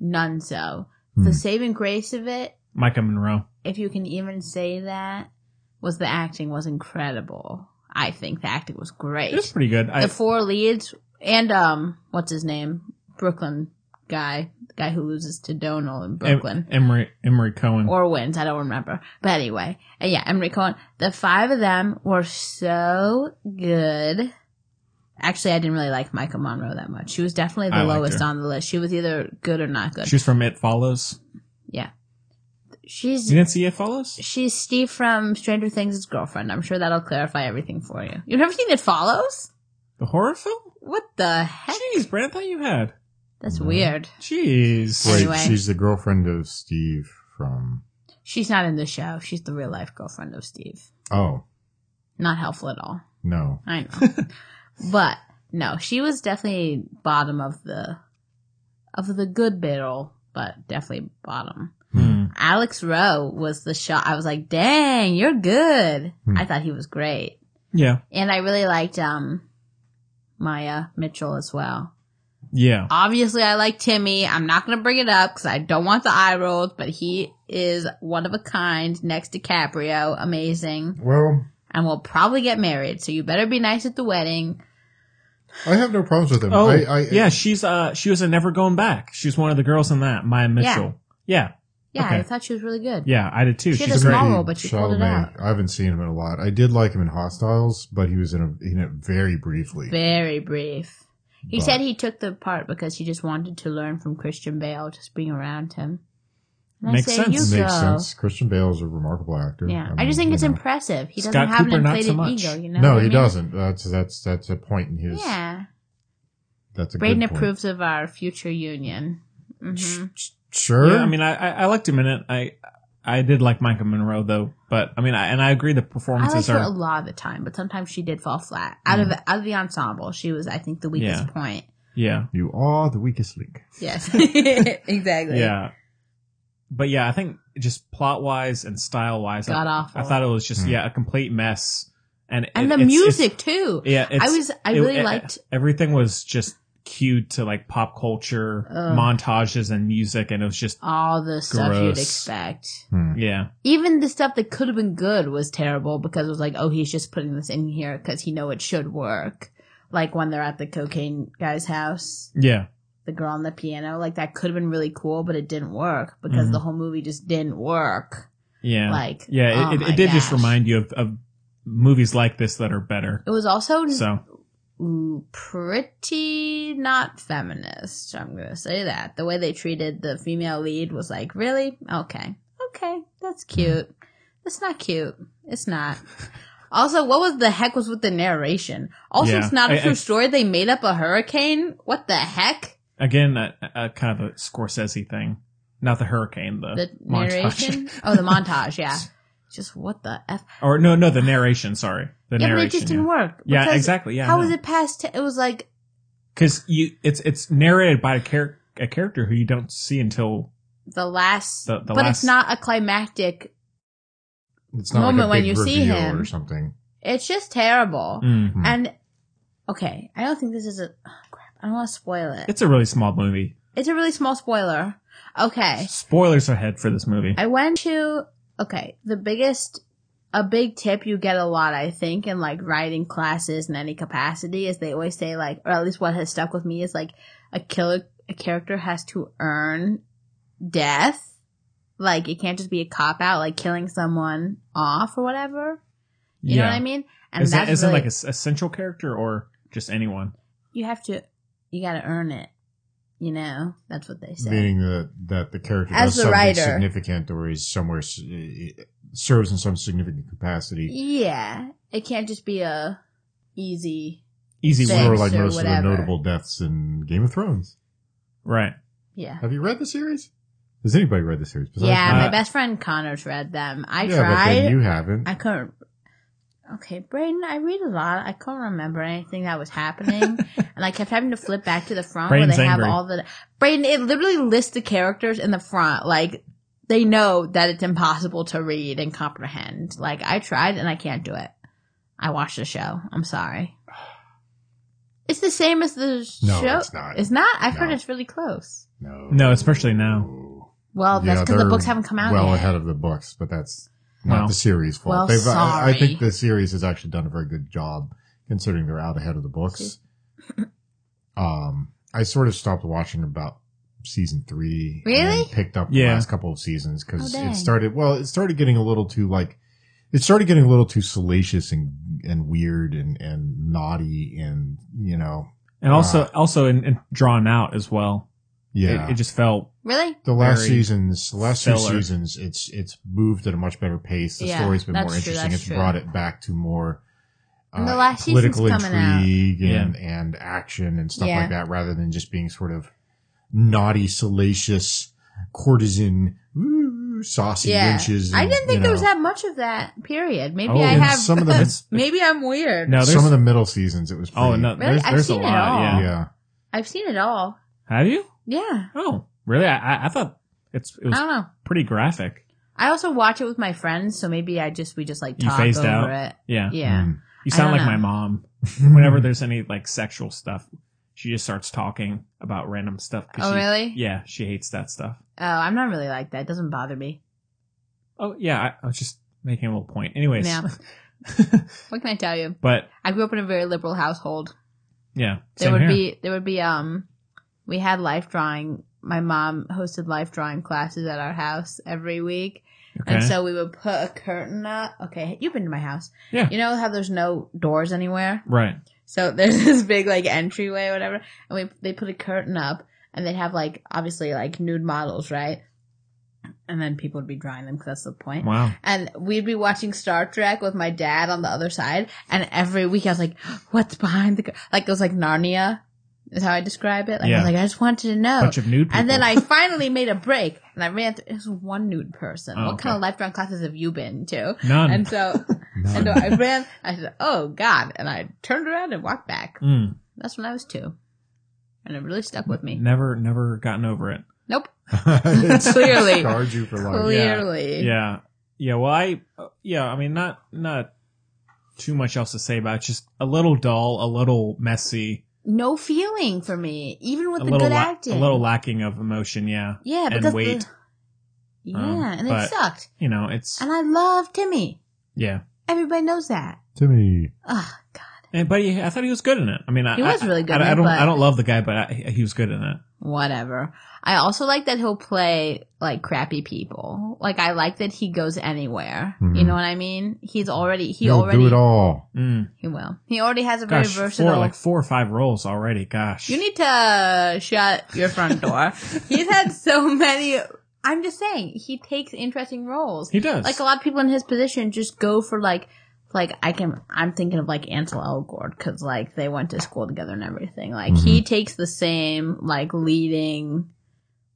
None so. The Hmm. saving grace of it, Micah Monroe. if you can even say that, was the acting was incredible. I think the acting was It was great. pretty good. I, the four leads and um what's his name? Brooklyn guy. The guy who loses to Donal in Em- Brooklyn. Emery, Emery Cohen. or wins, I don't remember. But anyway, uh, yeah, Emery Cohen. The five of them were so good. Actually, I didn't really like Micah Monroe that much. She was definitely I the liked lowest her. on the list. She was either good or not good. She's from It Follows. yeah. She's You didn't see It Follows? she's Steve from Stranger Things' girlfriend. I'm sure that'll clarify everything for you. You've never seen It Follows? The horror film? What the heck? Jeez, Brandon, I thought you had. That's weird. Jeez. Wait, anyway. she's the girlfriend of Steve from. She's not in the show. She's the real life girlfriend of Steve. Oh Not helpful at all. no, I know. but no, she was definitely bottom of the of the good barrel, but definitely bottom. Hmm. Alex Rowe was the shot. I was like, "Dang, you're good." Hmm. I thought he was great, Yeah. and I really liked um Maya Mitchell as well. Yeah. Obviously, I like Timmy. I'm not gonna bring it up because I don't want the eye rolls, but he is one of a kind. Next to Caprio, amazing, well, and we'll probably get married. So you better be nice at the wedding. I have no problems with him. Oh, I, I, yeah. She's uh, she was in Never Going Back. She's one of the girls in that. Maya Mitchell. Yeah, Yeah, I Okay. thought she was really good. yeah, I did too. She had she's a great. small role, but she pulled it Chalamet, I haven't seen him in a lot. I did like him in Hostiles, but he was in, a, in it very briefly. Very brief. He But- said he took the part because he just wanted to learn from Christian Bale, just being around him. And Makes I say, sense. You Makes go. sense. Christian Bale is a remarkable actor. Oh. Yeah, I, mean, just think you it's know. impressive. He doesn't Scott have Cooper, an not so inflated much. ego, you know. No, what I he mean? doesn't. That's that's that's a point in his. Yeah, that's a Braden good point. approves of our future union. hmm Sure. Yeah, I mean, I, I I liked him in it. I I did like Micah Monroe though, but I mean, I, and I agree the I liked performances her a are. Hmm. lot of the time, but sometimes she did fall flat. Out of out of the ensemble, she was, I think, the weakest Yeah. point. Yeah, you are the weakest link. <laughs> Yes, <laughs> exactly. yeah, but yeah, I think just plot wise and style wise, I, God-awful. I thought it was just yeah a complete mess. And and it- it's- the it's- music too. Yeah, it's, I was- I really liked- everything was just cued to like pop culture Ugh. montages and music, and it was just all the stuff you'd Gross. expect. Hmm. yeah, Even the stuff that could have been good was terrible because it was like, oh, he's just putting this in here because he know it should work. Like when they're at the cocaine guy's house, yeah, the girl on the piano, like that could have been really cool, but it didn't work Mm-hmm. because the whole movie just didn't work. yeah, Like, yeah. oh It, it, my it did just gosh. remind you of, of movies like this that are better. It was also So n- pretty not feminist. I'm gonna say that the way they treated the female lead was like, really? Okay, okay, that's Mm-hmm. cute. That's not cute. It's not. Also, what was the heck was with the narration? Also, Yeah. it's not a I- true I- story. They made up a hurricane. What the heck? again, a, a kind of a Scorsese thing, not the hurricane, the, The montage. narration. oh, the montage. Yeah. Just what the f? <laughs> or no, no, the narration. Sorry, the yeah, but narration. it just didn't work. Yeah, because exactly, yeah, I how was know. it past? T- it was like because you it's it's narrated by a character a character who you don't see until the last, The- the but last- it's not a climactic It's not Moment like when a big you see reveal him. or something. It's just terrible. Mm-hmm. Mm. And okay, I don't think this is a. Oh, crap, I don't want to spoil it. It's, it's a really small movie. a really small spoiler. Okay, Spoilers ahead for this movie. I went to okay the biggest. A big tip you get a lot, I think, in like writing classes in any capacity is they always say like, or at least what has stuck with me is like a killer, a character has to earn death. Like it can't just be a cop out, like killing someone off or whatever. You know what I mean? is that, is it really- like a, s- a central character or just anyone? you have to you got to earn it you know that's what they say Meaning that that the character As does the something writer. significant or is somewhere s- eh, serves in some significant capacity. yeah it can't just be a easy Easy Thanks Sort word. of like or most of whatever. the notable deaths in Game of Thrones. Right. Yeah. Have you read the series? Has anybody read the series? besides Yeah, me? Uh, my best friend Connor's read them. I yeah, but tried. then you haven't. I couldn't. Okay, Braden, I read a lot. I couldn't remember anything that <laughs> was happening, and I kept having to flip back to the front Braden's where they angry. have all the. Braden, it literally lists the characters in the front, like they know that it's impossible to read and comprehend. Like I tried and I can't do it. I watched the show. I'm sorry. It's the same as the No, show. it's not. It's not. I've heard No. it's really close. no. No, especially now. Well, that's Yeah, because the they're books haven't come out Well yet. ahead of the books, but that's not Well. the series' fault. Well, They've- I, I sorry. think the series has actually done a very good job considering they're out ahead of the books. <laughs> um, I sort of stopped watching about season three. and then Really? picked up the Yeah. last couple of seasons because Oh, it dang. started. Well, it started getting a little too like. It started getting a little too salacious and and weird and and naughty and you know And also, also in, in drawn out as well. Ah. yeah It, it just felt really? the last very seasons, the last two stellar. seasons, it's it's moved at a much better pace. The Yeah, story's been more that's true, interesting. that's it's true. brought it back to more uh, And the last season's political coming out. intrigue and and action and stuff Yeah. like that, rather than just being sort of naughty, salacious courtesan, ooh, saucy Yeah. wenches. I and, didn't think you there was know. that much of that. Period. Maybe Oh, I and have some <laughs> of them- maybe I'm weird. no. There's Some of the middle seasons, it was. Pretty, oh no. There's I've there's a seen it lot. all. Yeah. yeah. I've seen it all. Have you? Yeah, Oh, really? I I, I thought it's it I was don't know. pretty graphic. I also watch it with my friends, so maybe I just we just like You talk phased over out? it. Yeah. Yeah, Mm. You sound don't like my know. mom. Hmm. Whenever <laughs> there's any like sexual stuff, she just starts talking about random stuff. 'cause Oh, she- really? Yeah, she hates that stuff. oh, I'm not really like that. It doesn't bother me. Oh yeah, I, I was just making a little point. Anyways, Yeah. What can I tell you? <laughs> but I grew up in a very liberal household. yeah, There same would here. be there would be um, we had life drawing. My mom hosted life drawing classes at our house every week, okay. And so we would put a curtain up. Okay, you've been to my house. Yeah. You know how there's no doors anywhere? right. So <laughs> there's this big like entryway or whatever. And we they put a curtain up and they'd have like obviously like nude models, right? And then people would be drawing them because that's the point. Wow. And we'd be watching Star Trek with my dad on the other side. And every week I was like, <gasps> what's behind the, cur-" like it was like Narnia is how I describe it. Like, I Yeah. was like, I just wanted to know. Bunch of nude people. <laughs> Oh, And then I finally made a break and I ran through. It was one nude person. Oh, what kind okay. of life drawing classes have you been to? None. <laughs> And so, and so I ran. I said, "Oh God!" And I turned around and walked back. Mm. That's when I was two, and it really stuck with me. never never gotten over it. Nope, It's Clearly. scarred you for life. clearly. Yeah. Yeah. Well, I, uh, yeah, I mean, not, not too much else to say about it. Just a little dull, a little messy, No feeling for me, even with a the little, good la- acting. a little lacking of emotion. Yeah. yeah, and because the- weight. yeah, Um, and it but- sucked. You know, it's, And I love Timmy. yeah. Everybody knows that. Timmy. Ugh, God. And, but he, I thought he was good in it. I mean, I, He was I- really I, good in I it, don't, but- I don't love the guy, but I, he was good in it. whatever. I also like that he'll play like crappy people. Like I like that he goes anywhere. You Mm-hmm. Mhm. know what I mean? He's already he He'll already do it all. Mm. he will. He already has a very Gosh, versatile. four, like four or five roles already. Gosh. you need to uh, shut your front <laughs> door. He's had so many. I'm just saying he takes interesting roles. he does. Like a lot of people in his position just go for like. Like I can, I'm thinking of like Ansel Elgort because like they went to school together and everything. Like he Mm-hmm. takes the same like leading,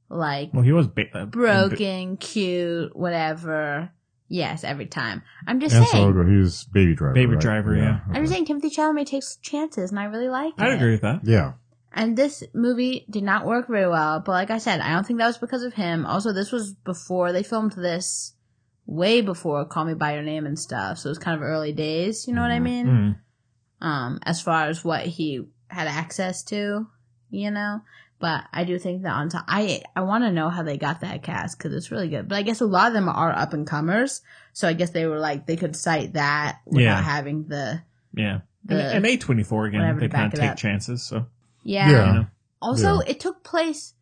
like well, he was ba- uh, broken, cute, whatever. Yes, every time. I'm just And saying. Sogo, he was Baby Driver. Baby right? Driver, yeah. I'm just saying Timothy Chalamet takes chances, and I really like it. I agree with that. Yeah. And this movie did not work very well, but like I said, I don't think that was because of him. Also, this was before they filmed this, way before Call Me by Your Name and stuff. So it was kind of early days. You know what I mean? Mm. um, as far as what he had access to, you know. But I do think that on top, I I want to know how they got that cast because it's really good. But I guess a lot of them are up and comers, so I guess they were like they could cite that without Yeah. having the Yeah. The- and, and A24 again, whatever they to back kind of it take up. chances. So, yeah. Yeah. you know. Also, Yeah. it took place.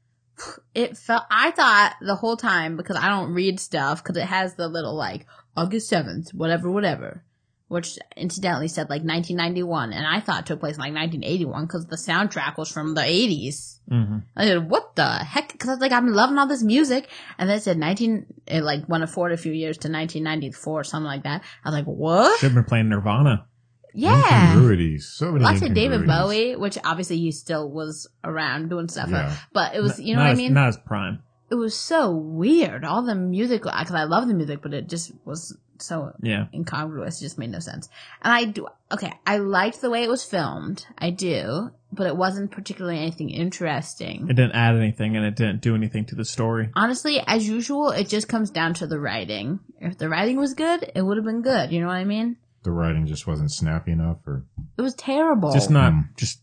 It felt I thought the whole time because I don't read stuff because it has the little like August seventh, whatever, whatever, which incidentally said like 1991, and I thought took place in like 1981 because the soundtrack was from the 80s. Mhm. I said, what the heck? Because I was like, I'm loving all this music. And then it said 19, it like went forward a few years to 1994 or something like that. I was like, what? Should have been playing Nirvana. Yeah. Incongruities. So many Lots of David incongruities. Bowie, which obviously he still was around doing stuff. Yeah. But it was, you know Not what I as- mean? Not as prime. it was so weird. All the music, because I love the music, but it just was so Yeah. incongruous. It just made no sense. And I do, okay, I liked the way it was filmed. I do, but it wasn't particularly anything interesting. It didn't add anything and it didn't do anything to the story. Honestly, as usual, it just comes down to the writing. If the writing was good, it would have been good. You know what I mean? The writing just wasn't snappy enough, or It was terrible. Just not, Mm. just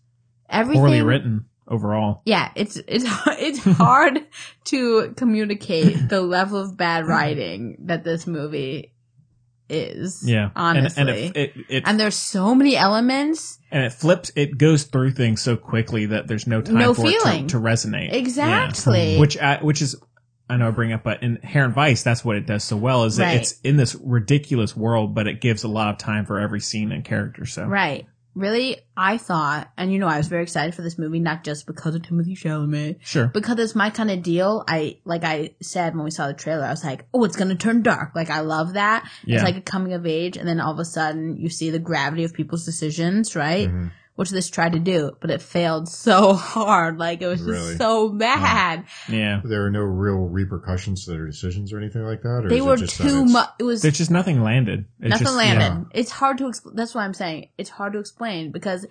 Oh. Everything, poorly written overall. Yeah, it's it's <laughs> it's hard to communicate the level of bad writing that this movie is. Yeah. honestly. And, And, and it, it, it, there's so many elements. and it flips, it goes through things so quickly that there's no time No for it to- feeling. to, resonate. Yeah. Exactly. Which, I, which is, I know I bring up, but in Inherent Vice, that's what it does so well is that Right. it's in this ridiculous world, but it gives a lot of time for every scene and character. So Right. Really, I thought, and you know, I was very excited for this movie, not just because of Timothy Chalamet, sure. because it's my kind of deal. I like I said when we saw the trailer, I was like, "Oh, it's gonna turn dark." Like I love that. Yeah. It's like a coming of age, and then all of a sudden you see the gravity of people's decisions, right? Mm-hmm. Which this tried to do, but it failed so <laughs> hard. Like it was Really? just so bad. yeah. there are no real repercussions to their decisions or anything like that. Or They is it were just that too it's- much. It was There's just nothing landed. It's nothing just, landed. yeah. It's hard to. Exp- that's what I'm saying. It's hard to explain because,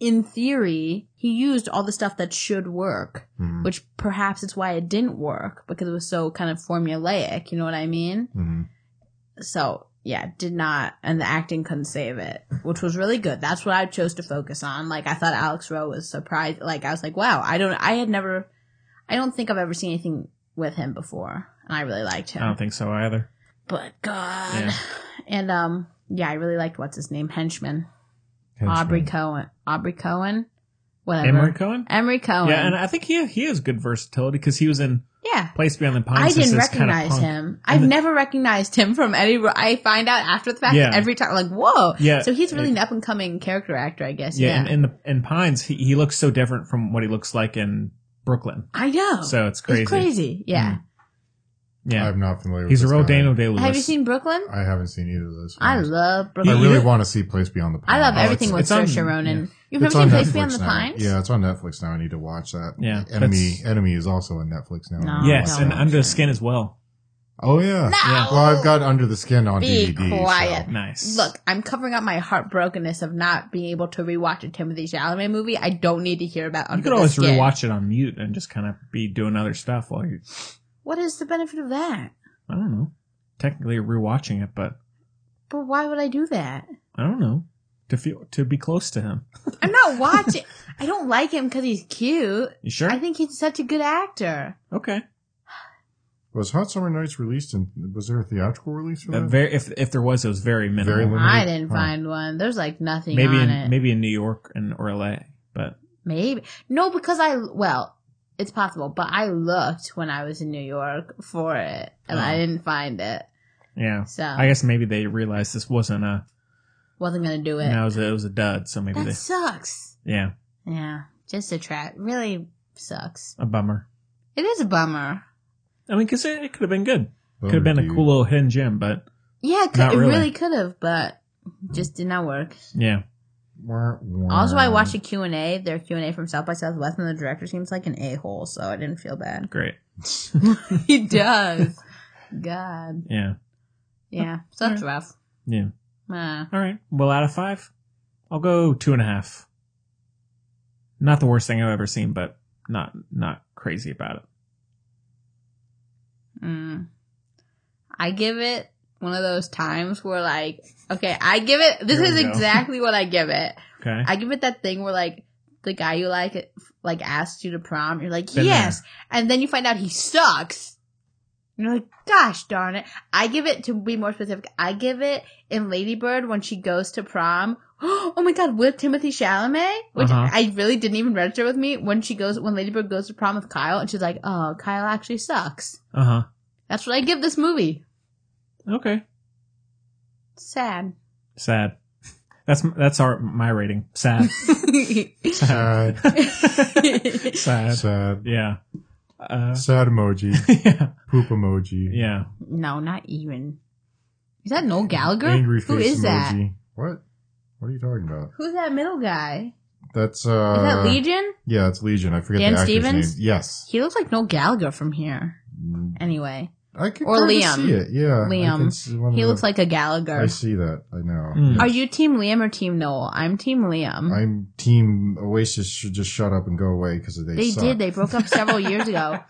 in theory, he used all the stuff that should work, Mhm. which perhaps it's why it didn't work because it was so kind of formulaic. You know what I mean? Mhm. So yeah, did not, and the acting couldn't save it, which was really good. That's what I chose to focus on. Like I thought Alex Rowe was surprised. Like I was like, wow, I don't, I had never, I don't think I've ever seen anything with him before, and I really liked him. I don't think so either. But God, Yeah. <laughs> and um, yeah, I really liked what's his name, henchman, Henchman. Aubrey Cohen, Aubrey Cohen, whatever, Emory Cohen? Emery Cohen. Yeah, and I think he he has good versatility because he was in Yeah. Place Beyond the I Pines. didn't as this kind of recognize punk- him. I've the- never recognized him from any. ro- I find out after the fact Yeah. every time. Like, whoa. Yeah. So he's really Yeah. an up and coming character actor, I guess. Yeah, Yeah. and in the in Pines, he, he looks so different from what he looks like in Brooklyn. I know. So it's crazy. It's crazy. Yeah. Yeah, I'm not familiar. he's a with this real guy. Daniel Day Lewis. Have you seen Brooklyn? I haven't seen either of those. I films. love I Brooklyn. really want to see Place Beyond the Pine. I love Oh, it's- everything with it's on- Saoirse Ronan. You've never It's seen on Place Netflix Beyond the now. Pines? Yeah, it's on Netflix now. I need to watch that. Yeah, Enemy that's- Enemy is also on Netflix now. No. I need to Yes, watch and that. Under the Skin as well. oh yeah. No! Well, I've got Under the Skin on Be DVD. so- quiet. Nice. Look, I'm covering up my heartbrokenness of not being able to rewatch a Timothy Chalamet movie. I don't need to hear about. you Under could the always Skin. rewatch it on mute and just kind of be doing other stuff while you. What is the benefit of that? I don't know. Technically, you're rewatching it, but But why would I do that? I don't know to feel to be close to him. I'm not watching. I don't like him because he's cute. You sure? I think he's such a good actor. okay. Was Hot Summer Nights released? And was there a theatrical release for The that? very if if there was, it was very minimal. Very limited. I didn't Huh. find one. There's like nothing maybe on in it. Maybe. maybe in New York and or LA, but no, because I well, it's possible. But I looked when I was in New York for it, and I Oh. didn't find it. yeah. So I guess maybe they realized this wasn't a wasn't gonna do it. no, it was a, it was a dud, so maybe that sucks. they yeah, Yeah, just a trap. Really sucks. a bummer. It is a bummer. I mean, because it, it could have been good. Bummer, could have been a dude. cool little hidden gem, but Yeah, it, could, Not it really. really could have, but just did not work. yeah, Wah, wah. Also, I watched a Q&A, their Q&A from South by Southwest, and the director seems like an a-hole, so I didn't feel bad. great. <laughs> he does. God. Yeah, Yeah, so that's rough. yeah. Uh, All right. Well, out of five, I'll go two and a half. Not the worst thing I've ever seen, but not not crazy about it. mm. I give it one of those times where like, okay, I give it, this Here is we go. exactly what I give it. Okay. <laughs> I give it that thing where like, the guy you like, like asked you to prom, you're like, Been yes, there. and then you find out he sucks. And you're like, gosh darn it. I give it, to be more specific, I give it in Ladybird when she goes to prom. <gasps> Oh my god, with Timothy Chalamet? Which Uh-huh. I really didn't even register with me when she goes, when Ladybird goes to prom with Kyle and she's like, oh, Kyle actually sucks. Uh That's what I give this movie. huh. Okay. Sad. <laughs> <laughs> Sad. That's that's our my rating. <laughs> Sad. sad, Sad. <laughs> sad, Yeah. <laughs> Uh, <laughs> sad emoji, yeah. poop emoji, Yeah. no, not even. Is that Noel Gallagher? angry face Who is emoji. that? What? What are you talking about? Who's that middle guy? That's uh Is that Legion? Yeah, it's Legion. I forget Dan the actor's Stevens? name. Yes. He looks like Noel Gallagher from here. Anyway, I can Or kinda Liam. see it. Yeah. I can see one of Liam. He the- looks like a Gallagher. I see that. I know. Mm. Are you Team Liam or Team Noel? I'm Team Liam. I'm team Oasis should just shut up and go away because they they suck. did. They broke up <laughs> several years ago.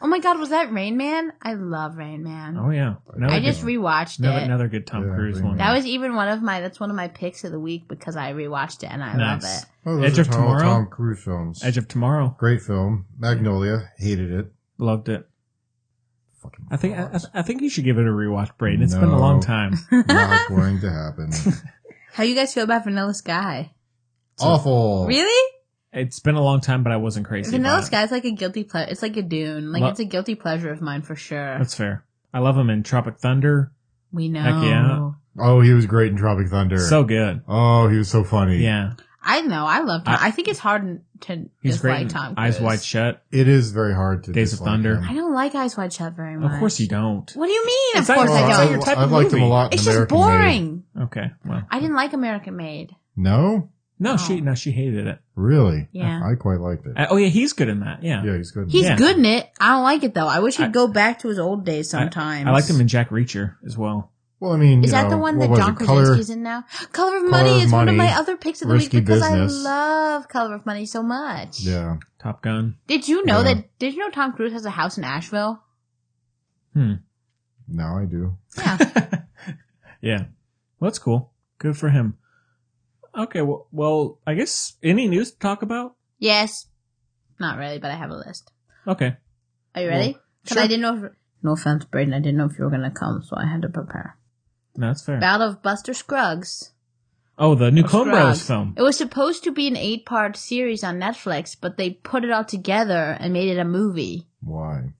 Oh my God, was that Rain Man? I love Rain Man. Oh yeah, another I good- just rewatched another, it. another good Tom Yeah, Cruise Rain one. Man. That was even one of my. That's one of my picks of the week because I rewatched it and I love Nice. it. Oh, those Edge are of Tom, Tomorrow? Tom Cruise films. Edge of Tomorrow, Great film. Magnolia. Hated it. loved it. Fucking I think I, <laughs> frauds. I think you should give it a rewatch, Braden. It's been a long No. time. <laughs> not going to <laughs> happen. How you guys feel about Vanilla Sky? Awful. Really? It's been a long time, but I wasn't crazy. Vanilla about it. Sky's like a guilty pleasure. It's like a Dune. Like Lo- it's a guilty pleasure of mine for sure. That's fair. I love him in Tropic Thunder. We know. yeah. Oh, he was great in Tropic Thunder. So good. oh, he was so funny. Yeah, I know. I love Tom. I, I- think it's hard to he's dislike great. in Tom. Eyes Cruise. Wide Shut. It is very hard to Days of dislike Thunder. him. I don't like Eyes Wide Shut very much. Of course you don't. What do you mean? It's of not your- course I it's don't. not your type Oh, I've of liked him a movie. lot. in it's just American Made. boring. Okay. Well, I didn't like American Made. No, no, she no, she hated it. really. Yeah. I quite liked it. Uh, oh yeah, he's good in that. Yeah. yeah, he's good. He's Yeah. good in it. I don't like it though. I wish he'd I- go back to his old days I- sometimes. I liked him in Jack Reacher as well. well, I mean, Is you that know, the one what that was John it? Color, Krasinski's in now? Color of Money Color of is one of Money, my other picks of the week Risky because Business. I love Color of Money so much. Yeah, Top Gun. Did you know Yeah. that? Did you know Tom Cruise has a house in Asheville? Hmm. now I do. Yeah. yeah. Well, that's cool. Good for him. Okay. Well, well, I guess any news to talk about? yes. Not really, but I have a list. Okay. Are you ready? Well, 'Cause sure. I didn't know. If, no offense, Braden. I didn't know if you were gonna come, so I had to prepare. No, that's fair. Battle of Buster Scruggs. oh, the new Or Clone Brothers Scruggs. film. It was supposed to be an eight-part series on Netflix, but they put it all together and made it a movie. Why?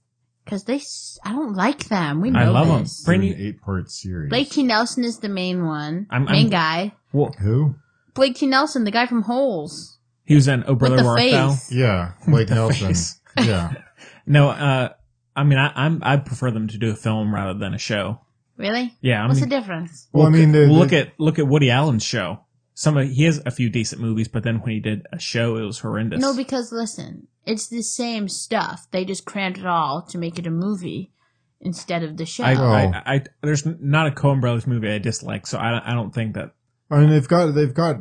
Cause they, s- I don't like them. We know I love 'em. this. Bring Did you- an eight-part series. Blake T. Nelson is the main one. I'm- main I'm- guy. Well, Who? Blake T. Nelson, the guy from Holes. he was in Oh Brother the Where Art Thou. face. Yeah, <laughs> Blake The Nelson. face. <laughs> Yeah, No, uh, I mean, I, I'm I prefer them to do a film rather than a show. Really? Yeah, I What's mean- the difference? Well, I mean, the- look the- at look at Woody Allen's show. Some of, he has a few decent movies, but then when he did a show, it was horrendous. No, because listen, it's the same stuff. They just crammed it all to make it a movie instead of the show. I, Oh. I, I, there's not a Coen Brothers movie I dislike, so I, don't- I don't think that. I mean, they've got they've got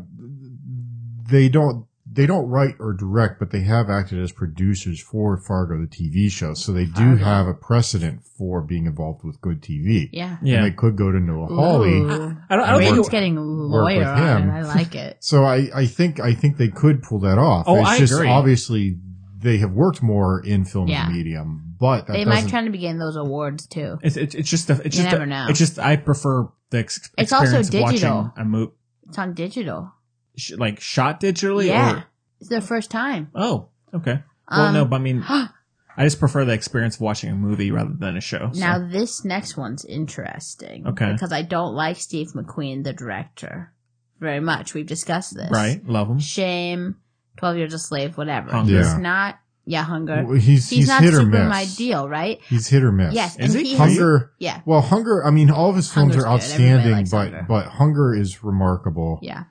they don't they don't write or direct, but they have acted as producers for Fargo, the TV show. So they do have a precedent for being involved with good TV. yeah. Yeah, And they could go to Noah Ooh. Hawley. I don't, I don't think. Braden's it- getting lawyer with on him. it. I like it. So I, I think I think they could pull that off. Oh, it's I just agree. obviously they have worked more in film Yeah. as a medium, but that they might doesn't try to begin those awards too. It's it's, it's just a, it's You just a- never know. it's just I prefer the ex- It's also experience of digital. watching a movie It's on digital. sh- like shot digitally. yeah. Or, It's their first time. oh, okay. Well, Um, no, but I <gasps> mean, I just prefer the experience of watching a movie rather than a show. so- Now this next one's interesting. Okay. Because I don't like Steve McQueen, the director, very much. We've discussed this. right, love them. Shame, Twelve Years a Slave, whatever. Hunger. Yeah. He's not. Yeah, hunger. Well, he's- he's not hit or super miss. my deal, right? he's hit or miss. Yes. Is and he? has- Hunger yeah. Well, Hunger, I mean, all of his films Hunger's are good. Everybody outstanding, likes but Hunger. but Hunger is remarkable. Yeah.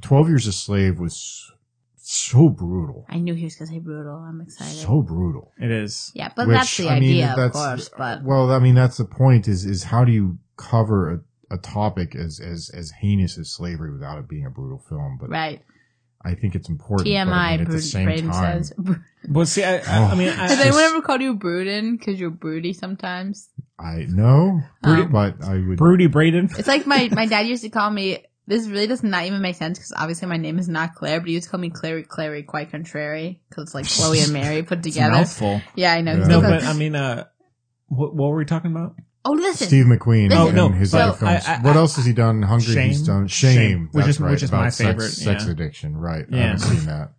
12 Years a Slave was so brutal. I knew he was gonna say brutal. I'm excited. So brutal. It is. yeah, but Which, that's the I mean, idea, of that's- course. But Well, I mean, that's the point is is how do you cover a, a topic as, as as heinous as slavery without it being a brutal film? But right. I think it's important. but, I TMI. mean, at Bru- the same Braden time, says. <laughs> Well, see, I, I, I mean, I, Has I- anyone ever called you Bruden? Because you're broody sometimes. I know, Oh. but I would. Broody Braden. It's like my, my dad used to call me. This really does not even make sense because obviously my name is not Claire, but he used to call me Clary Clary quite contrary because it's like Chloe and Mary put It's a together. mouthful. Yeah, I know. Yeah. No, He's like, but I mean, uh, what, what were we talking about? oh, listen, Steve McQueen Listen, and Oh, no, his but other films. I- I- what else has he done? Hungry, he's Shame. done Shame, Shame, which that's is- which right, is my about sex- favorite, Sex yeah. addiction, right? I Yeah. haven't seen that.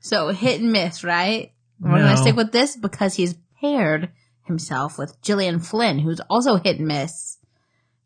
so hit and miss, right? We're gonna No. stick with this because he's paired himself with Gillian Flynn, who's also hit and miss.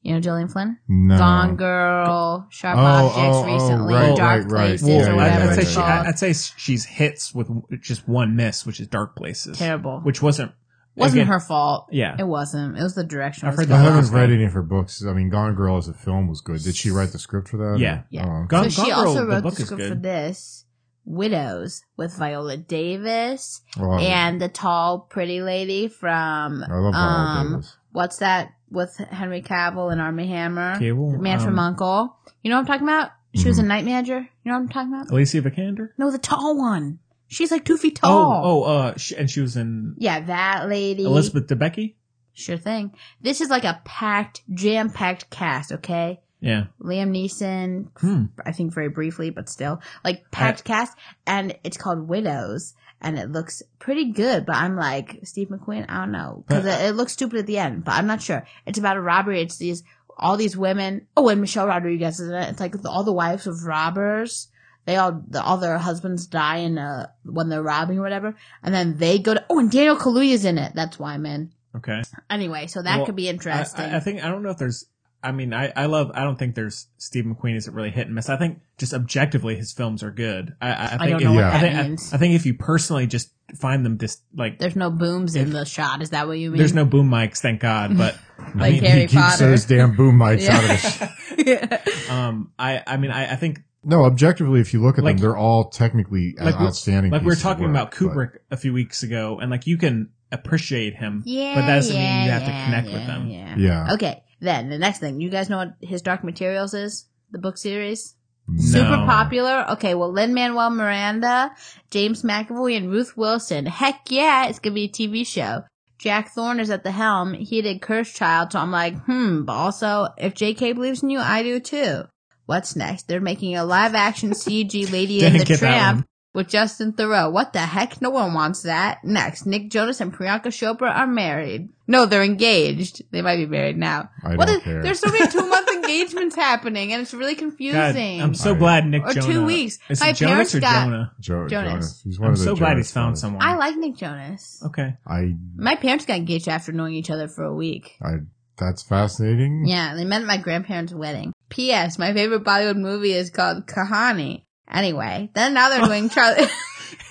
You know Gillian Flynn, No. Gone Girl, Sharp Oh, Objects, oh, oh, recently, right, Dark right, right. Places, Yeah, or Well, yeah, whatever I'd, say it's she, called. I'd say she's hits with just one miss, which is Dark Places. Terrible. Which wasn't wasn't Again- her fault. Yeah. It wasn't. It was the direction. I've it was heard I that going. haven't last read one. any of her books. I mean, Gone Girl as a film was good. Did she write the script for that? Yeah. Yeah. Oh, okay. Gone, so she Gone Girl, also the wrote the, book is script for good. this Widows with Viola Davis Well, I- and the tall, pretty lady from I love Viola um, Davis. what's that with Henry Cavill and Army Hammer? Cable, The Man from um, Mm-hmm. Uncle. You know what I'm talking about? She was a night manager. You know what I'm talking about? Alicia Vikander? No, the tall one. She's like two feet tall. Oh, oh, uh, sh and she was in Yeah, that lady. Elizabeth Debicki? Sure thing. This is like a packed, jam packed cast, okay? Yeah. Liam Neeson, Hmm. I think very briefly, but still, like packed cast, and it's called Widows, and it looks pretty good. But I'm like Steve McQueen, I don't know, because But- it, it looks stupid at the end, but I'm not sure. It's about a robbery. It's these all these women. Oh, and Michelle Rodriguez is in it. It's like all the wives of robbers. They all the, all their husbands die in uh when they're robbing or whatever, and then they go to. Oh, and Daniel Kaluuya's in it. That's why I'm in. Okay. Anyway, so that Well, could be interesting. I, I think I don't know if there's. I mean, I, I love. I don't think there's Steve McQueen isn't really hit and miss. I think just objectively his films are good. I, I, think don't know if, what I that think, I- means. I, think if you personally just find them just like There's no booms in the shot. Is that what you mean? there's no boom mics, thank God. <laughs> But like mean, he Harry He keeps Potter. those damn boom mics out of his. <laughs> yeah. um, I I mean I, I think No, objectively, if you look at Like- them, they're all technically like we- outstanding. like we were pieces of talking work, about but- Kubrick a few weeks ago, and like you can appreciate him, Yeah, but that doesn't yeah, mean you have yeah, to connect with yeah, them. Yeah. Yeah. Okay. Then the next thing, you guys know what His Dark Materials is? The book series? No. Super popular. Okay, well, Lynn Manuel Miranda, James McAvoy, and Ruth Wilson. Heck yeah, it's gonna be a TV show. Jack Thorne is at the helm. He did Cursed Child, so I'm like, hmm, but also, if JK believes in you, I do too. What's next? They're making a <laughs> live action CG Lady and Didn't the get that Tramp one. with Justin Thoreau. What the heck? No one wants that. Next, Nick Jonas and Priyanka Chopra are married. No, they're engaged. They might be married now. I What don't is- care. There's so many two <laughs> month engagements happening, and it's really God, confusing. I'm so Alright. glad Nick Or two Jonah- weeks. Is My it Jonas parents or got- Jonah? Jo- Jonas. Jonas. He's one I'm of the so glad Jonas he's found brothers. someone. I like Nick Jonas. okay. <laughs> I, My parents got engaged after knowing each other for a week. I, that's Hmm. fascinating. Yeah, they met at my grandparents' wedding. P.S. My favorite Bollywood movie is called Kahani. Anyway, then <laughs> now they're doing Charlie.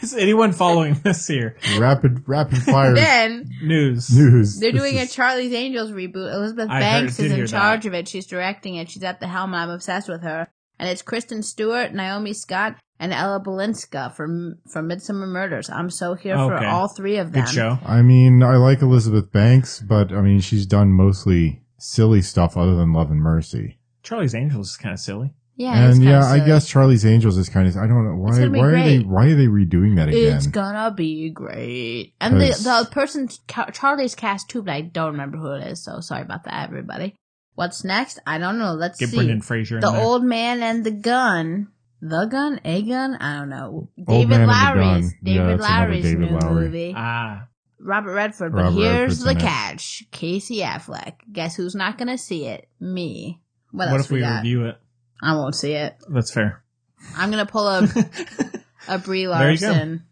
Is anyone following this here? Rapid, rapid fire <laughs> <laughs> then News. news. they're This doing a is- Charlie's Angels reboot. Elizabeth I Banks heard- is did in hear charge that. of it. She's directing it. She's at the helm. I'm obsessed with her. And it's Kristen Stewart, Naomi Scott, and Ella Balinska from from Midsummer Murders. I'm so here for Okay. all three of them. Good show. I mean, I like Elizabeth Banks, but I mean, she's done mostly silly stuff other than Love and Mercy. Charlie's Angels is kind of silly. Yeah, it's and kinda yeah, I silly. guess Charlie's Angels is kind of. I don't know why. gonna be Why are they? great. Why are they redoing that again? It's gonna be great. And the Cause- the person ca- Charlie's cast too, but I don't remember who it is. So sorry about that, everybody. What's next? I don't know. Let's Get see. Brendan Fraser in the there. old man and the gun. The gun, a gun. I don't know. Old David Man and the Lowry's Gun. Yeah, David that's another Lowry's David new Lowry. movie. ah, Robert Redford. But Robert here's Redford's the in it. catch: Casey Affleck. Guess who's not gonna see it? Me. What, what, else if we got? review it? I won't see it. That's fair. I'm gonna <laughs> pull a a Brie There you go. Larson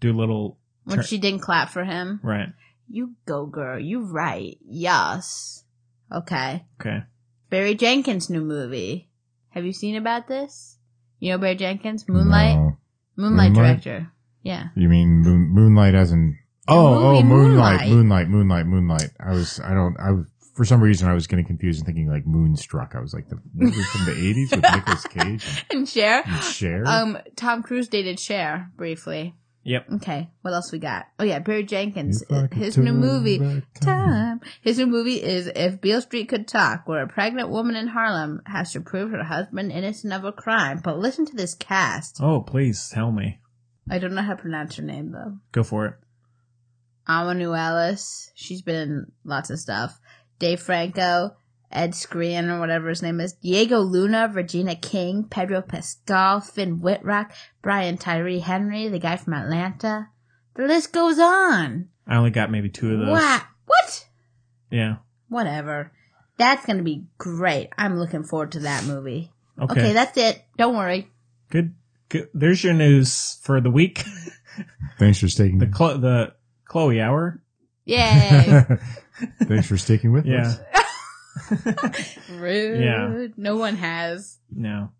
Do a little when Tur- she didn't clap for him. right. You go, girl. You right. Yes. Okay. Okay. Barry Jenkins' new movie. Have you seen about this? You know Barry Jenkins? No. Moonlight? Moonlight? Moonlight, director. <laughs> Yeah. You mean moon, moonlight as in oh movie oh moonlight, moonlight Moonlight. moonlight moonlight. I was I don't I was- for some reason I was getting confused and thinking like Moonstruck. I was like the what was it from the eighties with <laughs> Nicolas Cage And Cher? and Cher. Um, Tom Cruise dated Cher briefly. Yep. Okay. What else we got? Oh yeah, Barry If Jenkins. I could His turn new movie. back time. His new movie is If Beale Street Could Talk, where a pregnant woman in Harlem has to prove her husband innocent of a crime. But listen to this cast. Oh, please tell me. I don't know how to pronounce her name though. Go for it. Amanu Ellis. She's been in lots of stuff. Dave Franco, Ed Screen, or whatever his name is. Diego Luna, Regina King, Pedro Pascal, Finn Whitrock, Brian Tyree Henry, the guy from Atlanta. The list goes on. I only got maybe two of those. What? What? Yeah. Whatever. That's gonna be great. I'm looking forward to that movie. Okay. Okay, that's it. Don't worry. good. Good. There's your news for the week. <laughs> Thanks for sticking. The Chlo- the Chloe hour. <laughs> Yay. Thanks for sticking with Yeah. us. Rude. Yeah. No one has. No.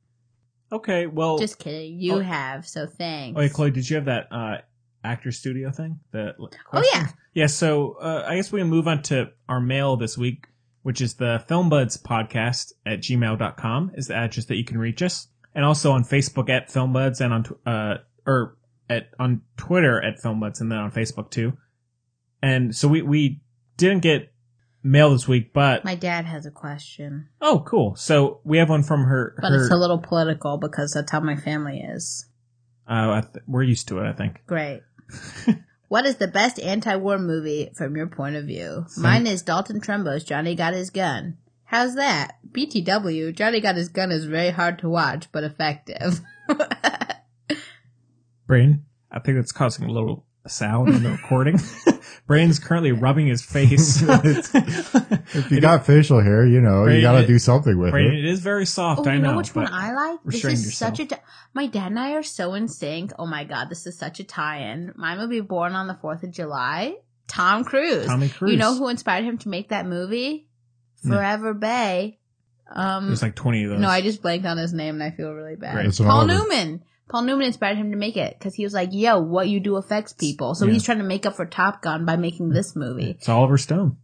Okay. Well. Just kidding. You Oh. have, so thanks. oh, yeah, Chloe. Did you have that uh, actor studio thing? The like, Oh, yeah. questions? yeah. So uh, I guess we can move on to our mail this week, which is the Film Buds podcast at gmail.com is the address that you can reach us, and also on Facebook at Film Buds and on tw- uh or at on Twitter at Film Buds and then on Facebook too. And so we we didn't get mail this week, but My dad has a question, oh cool. So we have one from her. but her it's a little political because that's how my family is. uh, I th- we're used to it, I think. Great. <laughs> what is the best anti-war movie from your point of view? Mine is Dalton Trumbo's Johnny Got His Gun. How's that? BTW, Johnny Got His Gun is very hard to watch, but effective. <laughs> Oh, Brain, I think that's causing a little sound <laughs> in the recording. Brain's currently rubbing his face. If you got facial hair, you know, Right, you got to it- do something with Brain, it it. is very soft. oh, I you know. know, which one but- I like? This restrain is yourself. such a. T- my dad and I are so in sync. Oh my god, this is such a tie-in. Mine would be born on the Fourth of July. Tom Cruise. Tommy Cruise. You know who inspired him to make that movie? Hmm. No. Forever Bay. Um, There's like 20 of those. No, I just blanked on his name and I feel really bad. Right. It's an Paul honor. Newman. Paul Newman inspired him to make it because he was like, "Yo, what you do affects people." So Yeah. he's trying to make up for Top Gun by making this movie. It's Oliver Stone.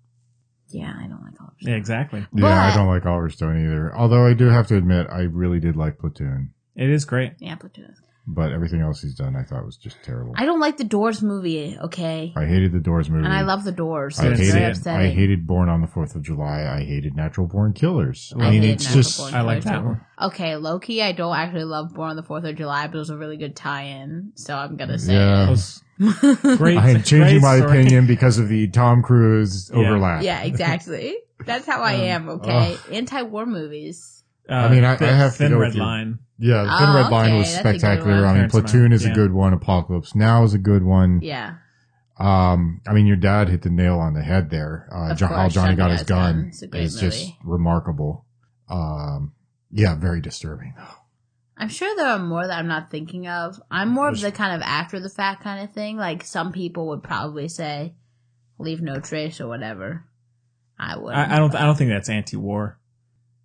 Yeah, I don't like all of Yeah, exactly. Yeah, I don't like Oliver Stone either. Although I do have to admit, I really did like Platoon, It is great. Yeah, Platoon. but everything else he's done, I thought was just terrible. I don't like the Doors movie. Okay, I hated the Doors movie. and I love the Doors. I it's hated, very I hated Born on the Fourth of July. I hated Natural Born Killers. I, I mean, hated it's Natural just Born I like Killers, that too. one. Okay, Loki. I don't actually love Born on the Fourth of July, but it was a really good tie-in. So I'm gonna say. That Yeah. <laughs> it. was <laughs> great. I am changing great my story. opinion because of the Tom Cruise Yeah. overlap. <laughs> Yeah, exactly. That's how Um, I am. Okay, anti-war movies. Uh, I mean, I- the I have to Thin go Red with you. Line. Yeah, the Thin Oh, Red Line okay, was that's a good spectacular. one. I mean, Terrence Mann, Platoon is yeah. a good one. Apocalypse Now is a good one. Yeah. Um, I mean, your dad hit the nail on the head there. Uh, Of John, how course, Johnny got his Gun. gun It's a great is just movie. remarkable. Um, yeah, very disturbing. I'm sure there are more that I'm not thinking of. I'm more of the kind of after the fact kind of thing. Like some people would probably say, "Leave no trace" or whatever. I would. I, I don't. I don't think that's anti-war.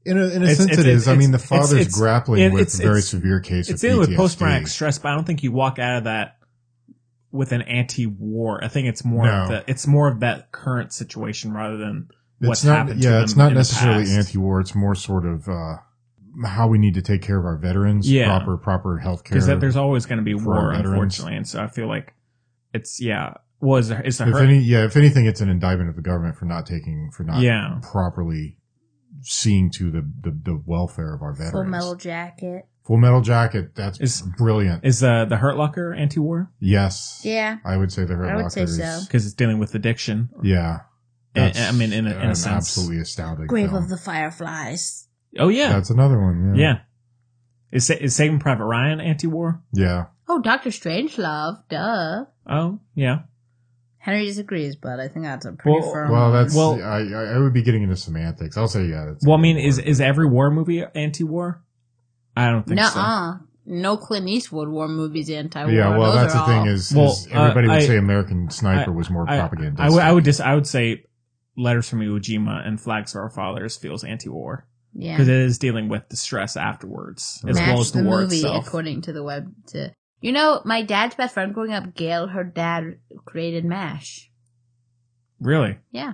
In a, in a It's- sense, it's- it is. I it's- mean, the it's- father's it's- grappling it- with it's- a very it's- severe case It's of dealing PTSD. with post-traumatic stress, but I don't think you walk out of that with an anti-war. I think it's more of No. the. It's more of that current situation rather than what's it's not, happened. yeah, to it's them not in the necessarily past. anti-war. It's more sort of uh, how we need to take care of our veterans. Yeah. proper proper health care. because there's always going to be for war, veterans. unfortunately, and so I feel like it's yeah. Was it's a if hurt? any, yeah, if anything, it's an indictment of the government for not taking for not Yeah. properly seeing to the, the the welfare of our veterans. Full Metal Jacket. Full Metal Jacket. That's Is- brilliant. is uh, the Hurt Locker anti-war yes. Yeah. I would say the Hurt I would Locker say is- so. because it's dealing with addiction. Yeah. I- That's I mean, in a- in a an sense. absolutely astounding. Grave film. of the Fireflies. Oh yeah, That's another one. Yeah. yeah. Is Sa- is Saving Private Ryan anti-war? Yeah. Oh, Doctor Strangelove. Duh. Oh yeah, Henry disagrees, but I think that's a pretty Well- firm. Well, that's Well- I, I I would be getting into semantics. I'll say yeah. That's Well, I mean, is is every war movie anti-war? I don't think no. so. Uh, no Clint Eastwood war movies anti-war. yeah. Well, Those that's are the thing all- is, Well, is everybody uh, would I- say American Sniper was more I- propagandistic. I would- I would just I would say letters from Iwo Jima and flags to our fathers feels anti-war yeah. because it is dealing with the stress afterwards as Match well as the, war movie, itself. according to the web. To you know, my dad's best friend growing up, Gail, her dad created Mash. really, Yeah,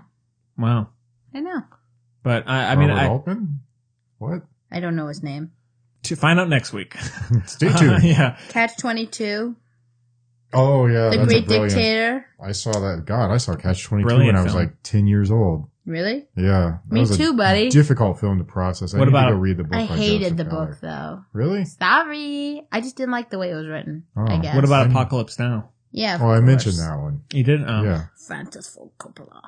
wow. I know. But I, I mean, Robert I, Altman? <laughs> What? I don't know his name. to find out next <laughs> week. Stay tuned. <laughs> Uh, yeah, Catch twenty two, Oh yeah, The that's a Great brilliant. Dictator. I saw that. God, I saw Catch Twenty Two when Brilliant I was film. like ten years old. Really? Yeah, that Me was a too, buddy. Difficult film to process. I What need about- to go read the book? I by hated Joseph the Ballard. book though. Really? Sorry, I just didn't like the way it was written. I Oh. guess. What about I'm- Apocalypse Now? Yeah. of Oh, I course. mentioned that one. You did, um, yeah. Francis Ford Coppola.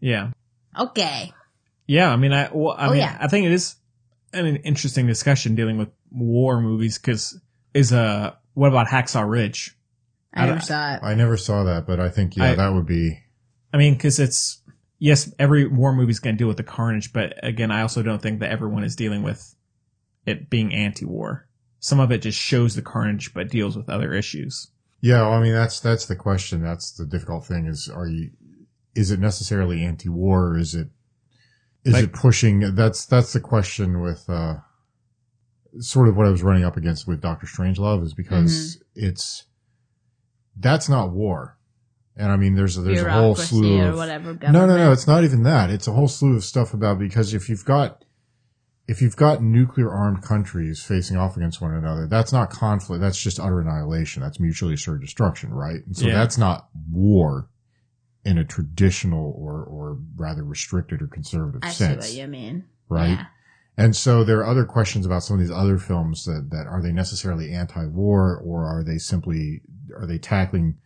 yeah, Okay. yeah. I mean, I well, I Oh, mean, yeah. I think it is an, an interesting discussion dealing with war movies because is uh, what about Hacksaw Ridge? I, I never don't- saw it. I never saw that, but I think yeah, I- that would be. I mean, because it's yes, every war movie's going to deal with the carnage, but again, I also don't think that everyone is dealing with it being anti-war. Some of it just shows the carnage, but deals with other issues. Yeah, well, I mean that's that's the question. That's the difficult thing is are you is it necessarily anti-war? Or is it is Like- it pushing? That's that's the question with uh, sort of what I was running up against with Doctor Strangelove is because it's that's not war. And I mean, there's a, there's a whole Bureaucracy slew or of whatever no, no, no. government. It's not even that. It's a whole slew of stuff about because if you've got if you've got nuclear armed countries facing off against one another, that's not conflict. That's just utter annihilation. That's mutually assured destruction, right? And so Yeah. that's not war in a traditional or or rather restricted or conservative I see sense, what you mean. right? Yeah. And so there are other questions about some of these other films that, that are they necessarily anti-war or are they simply, are they tackling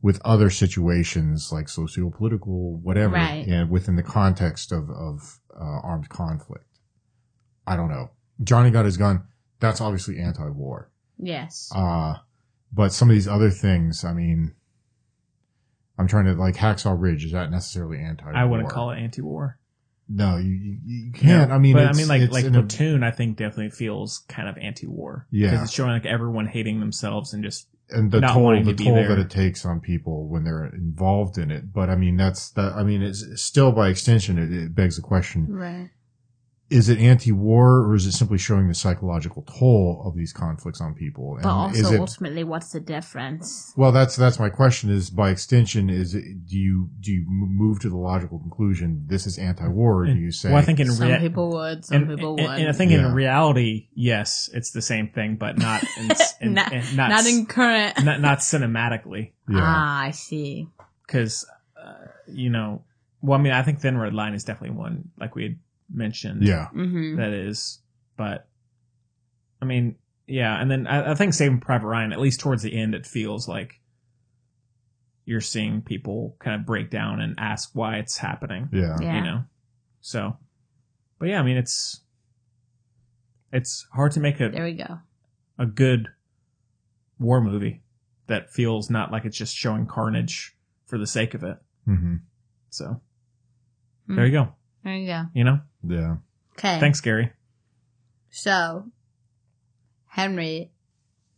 with other situations like socio-political, whatever, Right. and within the context of, of uh, armed conflict? I don't know. Johnny got his gun. That's obviously anti-war. Yes. Uh, but some of these other things, I mean, I'm trying to like Hacksaw Ridge. Is that necessarily anti-war? I wouldn't call it anti-war. No, you, you, you can't. I mean, but I it's- mean, like it's like in a- platoon, I think definitely feels kind of anti-war. Yeah. because it's showing like everyone hating themselves and just and the not toll wanting the to be toll there. that it takes on people when they're involved in it. But I mean, that's the I mean, it's it's still by extension, it, it begs the question: right. Is it anti-war, or is it simply showing the psychological toll of these conflicts on people? And But also, is it ultimately, what's the difference? well? That's that's my question. Is by extension, is it, do you do you m- move to the logical conclusion this is anti-war? Or do you say well, I think in Some rea- people would, some and, people and- wouldn't. and I think Yeah. in reality, yes, it's the same thing, but not <laughs> in, s- in, not, in- not, not, s- in <laughs> current. not not cinematically yeah. Ah, I see. because uh, you know. Well, I mean, I think Thin Red Line is definitely one like we had mentioned. yeah. Mm-hmm. that is. But I mean, yeah, and then I, I think Saving Private Ryan, at least towards the end, it feels like you're seeing people kind of break down and ask why it's happening. Yeah. Yeah. You know, so, but yeah, I mean, it's it's hard to make There a we go. a good war movie that feels not like it's just showing carnage for the sake of it. hmm So there you go. There you go. You know, Yeah. Mm. Okay. thanks, Gary. So, Henry,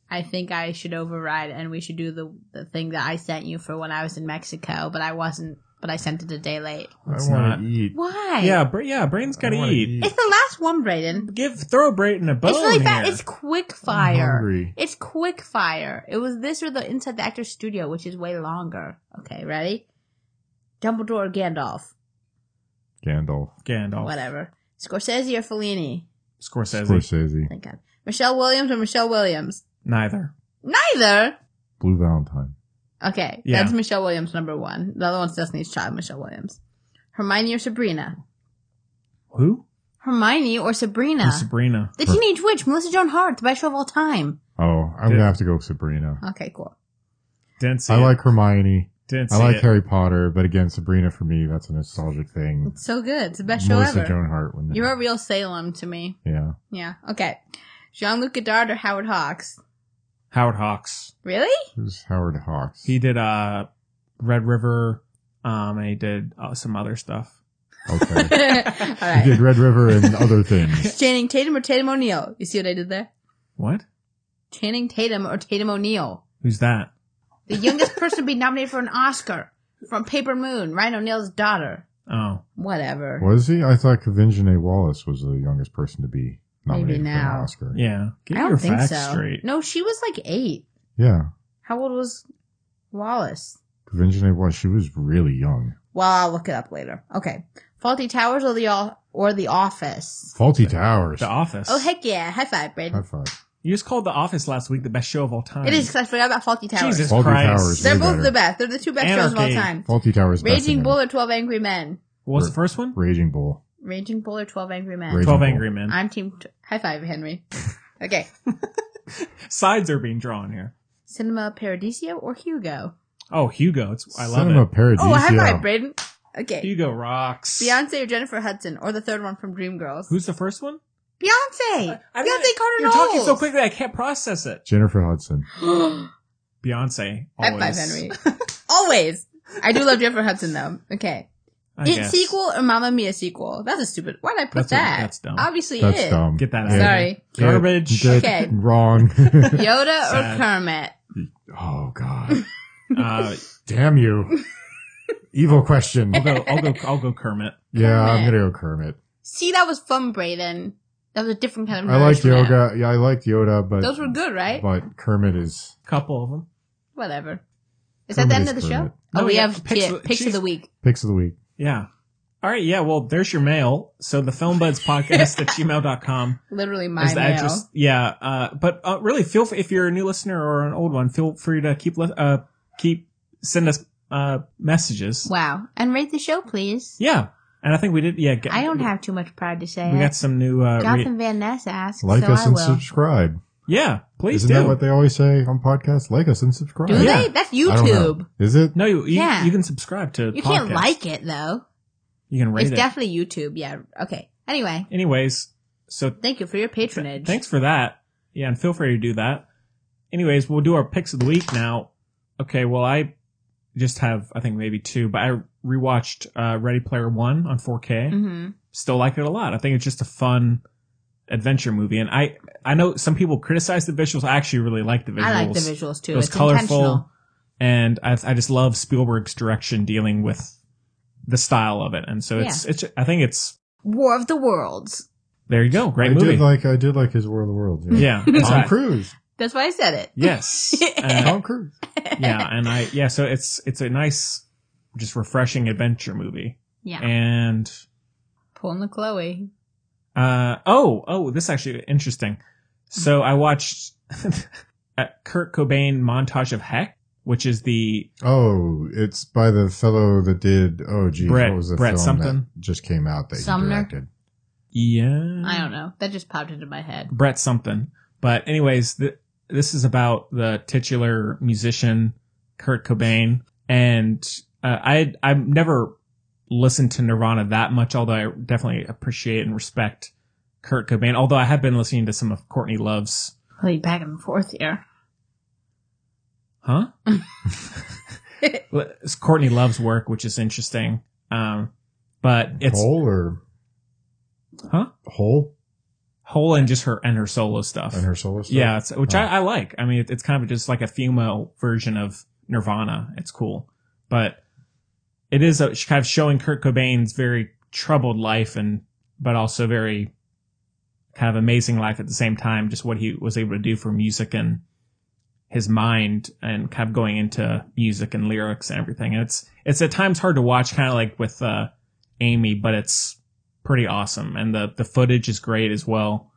I think I should override and we should do the, the thing that I sent you for when I was in Mexico, but I wasn't, but I sent it a day late. It's I not- want to eat. Why? Yeah, Bra- yeah, Brain's I gotta wanna eat. <laughs> It's the last one, Brayden. Give throw Brayton a bone It's really bad. here. It's quick I'm fire. hungry. It's quick fire. It was this or the Inside the Actor's Studio, which is way longer. Okay, ready? Dumbledore or Gandalf? Gandalf, Gandalf, Whatever. Scorsese or Fellini? Scorsese, Scorsese, Thank God. Michelle Williams or Michelle Williams? neither. Neither. Blue Valentine, Okay, Yeah. that's Michelle Williams number one. The other one's Destiny's Child, Michelle Williams. Hermione or Sabrina? Who? Hermione or Sabrina? Who's Sabrina. the Teenage Witch, Melissa Joan Hart, the best show of all time. Oh, I'm Did- gonna have to go with Sabrina. Okay, cool. Didn't see I it. like Hermione. Didn't I see like it. Harry Potter, but again, Sabrina for me, that's a nostalgic thing. It's so good. It's the best show Melissa ever. Joan Hart. When You're a real Salem to me. yeah, Yeah. Okay. Jean Luc Godard or Howard Hawks? Howard Hawks. <laughs> Really? it was Howard Hawks. He did uh Red River, um, and he did uh, some other stuff. okay, <laughs> all he did right. Red River <laughs> and other things. Channing Tatum or Tatum O'Neill? You see what I did there? What? Channing Tatum or Tatum O'Neill? Who's that? The youngest person to be nominated for an Oscar from Paper Moon, Ryan O'Neill's daughter. Oh, Whatever. Was he? I thought Kavingene Wallace was the youngest person to be nominated for Maybe an now. Oscar. yeah. Get I your don't think facts so. straight. No, she was like eight. Yeah, How old was Wallace? Kavingene Wallace. She was really young. Well, I'll look it up later. Okay, Faulty Towers or the o- or the Office? Faulty Towers. The Office. Oh heck yeah! High five, High Brad. five. You just called The Office last week the best show of all time. It is because I forgot about Faulty Towers. Jesus Faulty Christ. Towers. They're Way both better. the best. They're the two best shows of all Anarchy. time. Faulty Towers. best Raging again. Bull or Twelve Angry Men? What was the first one? Raging Bull. Raging Bull or Twelve Angry Men? Raging Twelve Bull. Angry Men. I'm team. T- High <laughs> five, Henry. Okay, Sides are being drawn here. Cinema Paradiso or Hugo? Oh, Hugo. It's I love Cinema it. Paradiso. Oh, high five, Braden. Okay, Hugo rocks. Beyonce or Jennifer Hudson or the third one from Dreamgirls? Who's the first one? Beyonce. I mean, Beyonce Carter You're talking so Knowles. quickly I can't process it. Jennifer Hudson. Beyonce. High Always. five, <laughs> Henry. always. I do love Jennifer Hudson though. Okay. I It guess. sequel or Mamma Mia sequel? That's a stupid. Why'd I put That's a- that? that's dumb. Obviously That's it. dumb. Get that out. Sorry. Get- Garbage. get Okay. <laughs> Wrong. Yoda or Sad. Kermit? oh God. Uh, Damn you. Evil <laughs> question. I'll go. I'll go. I'll go. Kermit. Yeah, I'm Kermit. gonna go Kermit. See, that was fun, Brayden. That was a different kind of. I liked nourishment. yoga. Yeah, I liked Yoda, but Those were good, right? But Kermit is Couple of them. Whatever. Is that the end of the Somebody's show? heard Oh, No, we yeah, have picks yeah, of the- picks of she's- the week. Picks of the week. Yeah. All right. Yeah. Well, there's your mail. So the film buds <laughs> podcast at gmail.com Literally my is mail. the address. Yeah. Uh, but uh, really feel, f- if you're a new listener or an old one, feel free to keep, li- uh, keep send us, uh, messages. Wow. And rate the show, please. Yeah. And I think we did. Yeah. Get, I don't have too much pride to say. We it. got some new, uh, re- Gotham Van Ness asks, Like so us I and will. subscribe. yeah. Please Isn't do. that what they always say on podcasts? Like us and subscribe. Do Yeah. they? That's I don't know. YouTube. Is it? no, you, you, Yeah. you can subscribe to You can't podcasts. like it though. You can rate it's it. definitely YouTube. Yeah. Okay. Anyway, Anyways. So thank you for your patronage. Thanks for that. Yeah, and feel free to do that. Anyways, we'll do our picks of the week now. Okay, well, I just have, I think maybe two, but I rewatched uh, Ready Player One on 4K. hmm Still like it a lot. I think it's just a fun adventure movie. And I, I know some people criticize the visuals. I actually really like the visuals. I like the visuals too. It was it's colorful. intentional. And I, I just love Spielberg's direction dealing with the style of it. And so it's, it's, I think it's, War of the Worlds. there you go. Great I movie. did like I did like his War of the Worlds. yeah. Tom Cruise. That's why I said it. <laughs> Yes. Uh, Tom Cruise. yeah, and I yeah, so it's it's a nice, just refreshing adventure movie. Yeah. And Pulling the Chloe. uh oh oh, this is actually interesting. So I watched <laughs> a Kurt Cobain montage of Heck, which is the Oh, it's by the fellow that did. Oh, geez, Brett- what was the Brett film something? that just came out that Sumner? he directed? yeah I don't know. That just popped into my head. Brett something. But anyways, th- this is about the titular musician Kurt Cobain, and uh, I I've never listened to Nirvana that much, although I definitely appreciate and respect Kurt Cobain. Although I have been listening to some of Courtney Love's, Play back and forth here. huh? It's Courtney Love's work, which is interesting. Um, but it's Hole or Huh? Hole whole and just her and her solo stuff. and her solo stuff. Yeah, it's, which Oh. I, I like. I mean, it, it's kind of just like a female version of Nirvana. It's cool, but it is a, kind of showing Kurt Cobain's very troubled life and but also very kind of amazing life at the same time. Just what he was able to do for music and his mind and kind of going into music and lyrics and everything. And it's it's at times hard to watch, kind of like with uh, Amy, but it's pretty awesome. And the the footage is great as well.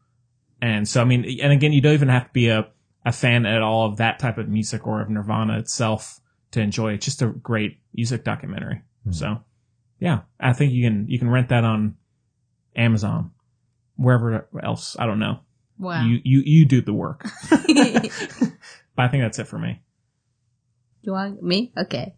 And so, I mean, and again, you don't even have to be a, a fan at all of that type of music or of Nirvana itself to enjoy it. It's just a great music documentary. Mhm. So, yeah, I think you can you can rent that on Amazon, wherever else. I don't know. Wow. You you you do the <laughs> work. you But I think that's it for me. want me? Okay.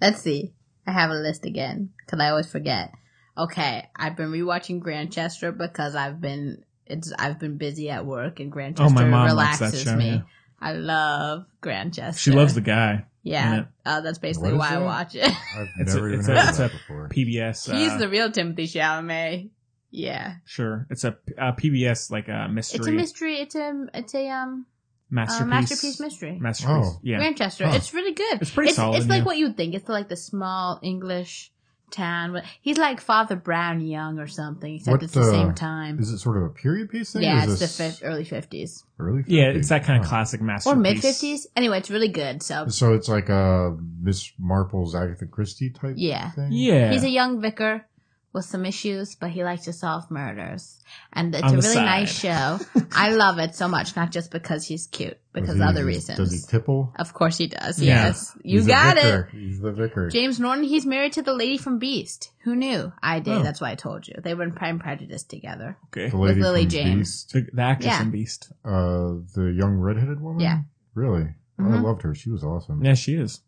Let's see. I have a list again because I always forget. Okay, I've been rewatching Grandchester because I've been it's I've been busy at work and Grandchester Oh, mom likes relaxes that show, me. yeah. I love Grandchester. She loves the guy. yeah. it. Uh, that's What basically is why I that? watch it. I've It's never a- even it's a- heard of it's that a before. PBS. <laughs> He's uh, the real Timothy Chalamet. Yeah, sure. It's a, uh PBS like a mystery, it's a mystery. It's a it's a um masterpiece, uh, masterpiece mystery. Masterpiece. Oh. Yeah. Manchester. Huh. It's really good. It's pretty it's, solid, It's like yeah. what you'd think. It's like the small English town. But he's like Father Brown Young or something, except What, it's the same uh, time. Is it sort of a period piece thing? Yeah, Is it's the this fif- early fifties early. Yeah, 50s? it's that kind of Huh. classic masterpiece. or mid fifties. Anyway, it's really good. So So it's like a Miss Marple's Agatha Christie type. Yeah. Thing? Yeah. he's a young vicar with some issues, but he likes to solve murders, and it's On a the really nice <laughs> show. I love it so much, not just because he's cute, Does because he- other does- reasons. Does he tipple? of course, he does. Yeah. Yes, you He's the got it. vicar. He's the vicar. James Norton, he's married to the lady from Beast. Who knew? I did. Oh. That's why I told you. They were in Prime Prejudice together. okay. the lady Lily from James. Beast, The, the actress Yeah. in Beast. uh, the young redheaded woman. Yeah. Really, I Mhm. loved her. She was awesome. Yeah, she is.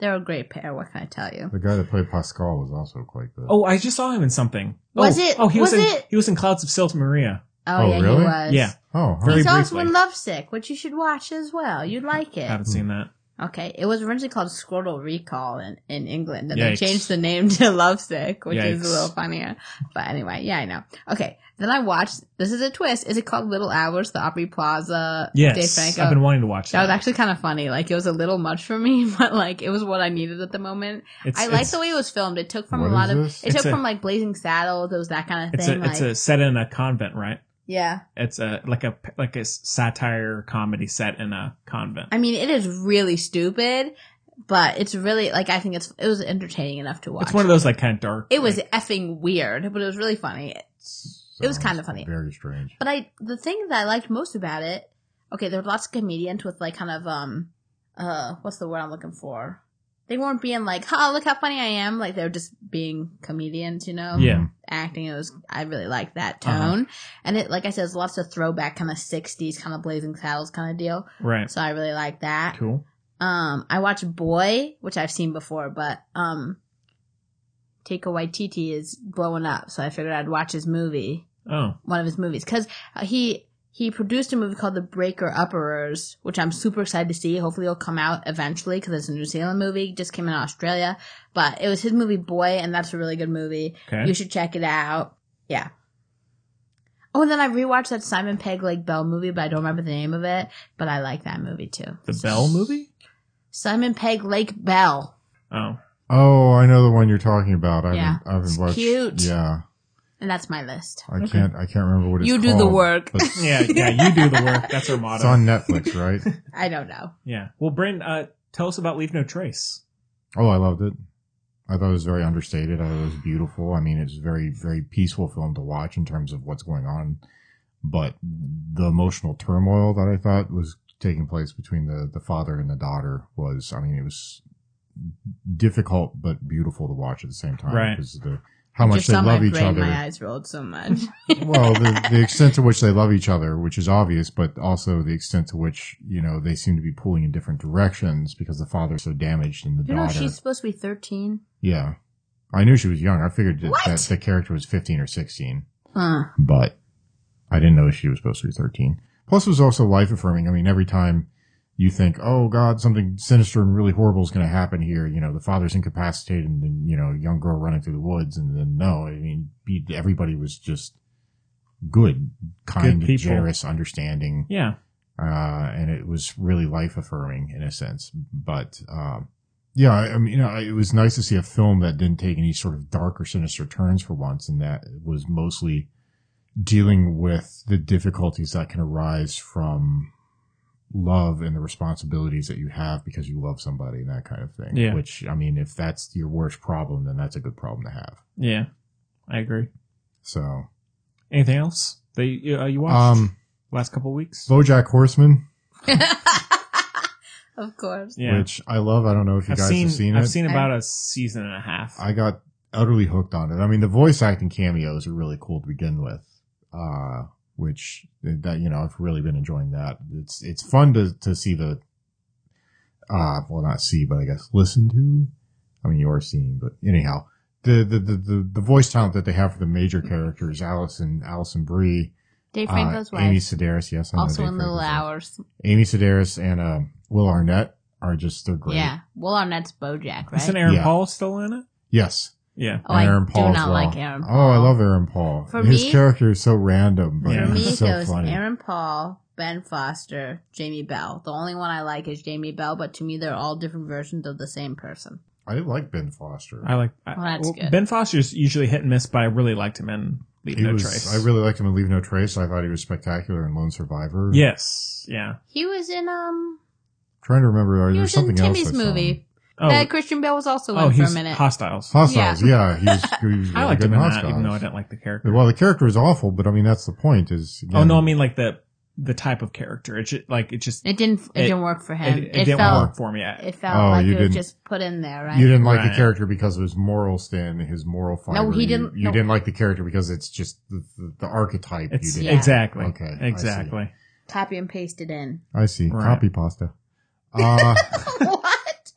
They're a great pair. What can I tell you? The guy that played Pascal was also quite good. Oh, I just saw him in something. Was oh, it- Oh, he was, was in, it- He was in Clouds of Sils Maria. Oh, Oh, yeah, really? he was. Yeah, oh, huh. Very He's also in briefly. Lovesick, which you should watch as well. You'd like I it. haven't seen that. Okay. It was originally called Squirtle Recall in, in England, and Yikes. they changed the name to Lovesick, which is Yikes. a little funnier. But anyway, yeah, I know. Okay. Then I watched, this is a twist. Is it called Little Hours, the Opry Plaza? Dave Yes, Franco? I've been wanting to watch That that. was actually kind of funny. Like it was a little much for me, <laughs> but like it was what I needed at the moment. It's- I it's- like the way it was filmed. It took from What a lot is of this? it It's took a- from like Blazing Saddles. It was that kind of it's thing. a like it's a set in a convent, right? yeah. It's a like a like a satire comedy set in a convent. I mean, it is really stupid, but it's really like I think it's it was entertaining enough to watch. It's one of those like kind of dark. it was effing weird, but it was really funny. It was kind of funny. Very strange. But I the thing that I liked most about it, okay, there were lots of comedians with like kind of um uh what's the word I'm looking for? They weren't being like, "Ha, look how funny I am." Like they were just being comedians, you know, Yeah. acting. It was I really liked that Uh-huh. tone, and it like I said, it's lots of throwback kind of '60s kind of Blazing Saddles kind of deal. Right. So I really like that. Cool. Um, I watch Boy, which I've seen before, but um, Taika Waititi is blowing up, so I figured I'd watch his movie, Oh, one of his movies, because he he produced a movie called The Breaker Upperers, which I'm super excited to see. Hopefully, it'll come out eventually because it's a New Zealand movie. Just came in Australia, but it was his movie Boy, and that's a really good movie. okay. You should check it out. Yeah. Oh, and then I rewatched that Simon Pegg like Bell movie, but I don't remember the name of it. But I like that movie too. the Bell movie? Simon Pegg Lake Bell. Oh, Oh, I know the one you're talking about. I've Yeah. I've It's watched. cute. Yeah, And that's my list. I can't. I can't remember what it's You do the called, work. <laughs> but <laughs> yeah, yeah. You do the work. That's our motto. It's on Netflix, right? I don't know. Yeah. Well, Bryn, uh, tell us about Leave No Trace. Oh, I loved it. I thought it was very understated. I thought it was beautiful. I mean, it's a very, very peaceful film to watch in terms of what's going on, but the emotional turmoil that I thought was taking place between the the father and the daughter was, I mean, it was difficult but beautiful to watch at the same time Right. because of the how much Just they saw love my each brain, other. My eyes rolled so <laughs> much. well, the, the extent to which they love each other, which is obvious, but also the extent to which you know they seem to be pulling in different directions because the father's so damaged and the you know, daughter. she's supposed to be thirteen. Yeah. I knew she was young. I figured that, What? that the character was 15 or 16, Huh. but I didn't know she was supposed to be 13. Plus, it was also life affirming. I mean, every time you think, oh, God, something sinister and really horrible is going to happen here, you know, the father's incapacitated and then, you know, a young girl running through the woods. And then, no, I mean, be- everybody was just good, kind, Good people. generous, understanding Yeah. uh, and it was really life affirming in a sense. But um, yeah, I, I mean, you know, it was nice to see a film that didn't take any sort of dark or sinister turns for once, and that was mostly dealing with the difficulties that can arise from love and the responsibilities that you have because you love somebody and that kind of thing. Yeah. Which I mean, if that's your worst problem, then that's a good problem to have. Yeah. I agree. So, Anything else that you, uh, you watched um, last couple weeks? BoJack Horseman, <laughs> of course. Yeah. which I love. I don't know if you I've guys seen, have seen it. I've seen about a season and a half. I got utterly hooked on it. I mean, the voice acting cameos are really cool to begin with, uh, which that you know I've really been enjoying that. It's it's fun to to see the, uh, well not see, but I guess listen to. I mean, you are seeing, but anyhow, the the the the, the voice talent that they have for the major characters, Allison Allison Brie, Dave uh, Franco's Amy wife. Sedaris, yes, I know Also Dave in Little Franco's wife. Hours. Amy Sedaris and uh, Will Arnett are just they're great. Yeah. Will Arnett's BoJack, right? Isn't Aaron Yeah. Paul still in it? Yes. Yeah. oh, I Aaron Paul do as not well. like Aaron Paul. Oh, I love Aaron Paul. For His me- character is so random, but Yeah. For it's me, so it goes funny. Aaron Paul, Ben Foster, Jamie Bell. The only one I like is Jamie Bell, but to me, they're all different versions of the same person. I like Ben Foster. I like I, Well, that's good. Ben Foster's usually hit and miss, but I really liked him in Leave he No was, Trace. I really liked him in Leave No Trace. I thought he was spectacular in Lone Survivor. Yes. Yeah. He was in um, trying to remember. he There's was in something Timmy's else. um, I saw him. movie. Oh, that Christian Bell was also oh in for a he's minute. Hostiles. Hostiles. <laughs> Yeah, he was. He was really I liked good him in in that, Hostiles. even though I didn't like the character. well, the character is awful, but I mean that's the point. Is Oh again, no, I mean like the the type of character. It's just, like it just it, it didn't. It, It- didn't work for him. it It, didn't felt. work for me. I, It felt Oh, like you it was didn't- just put in there, right? you didn't like Right. the character because of his moral stand, and his moral fiber. No, he You- didn't- You, no. didn't like the character because it's just the, the, the archetype. it's you didn't. Yeah. exactly Okay, I see. exactly. Copy and paste <laughs> it in. <laughs> I see. Right. Copy pasta. Uh, what?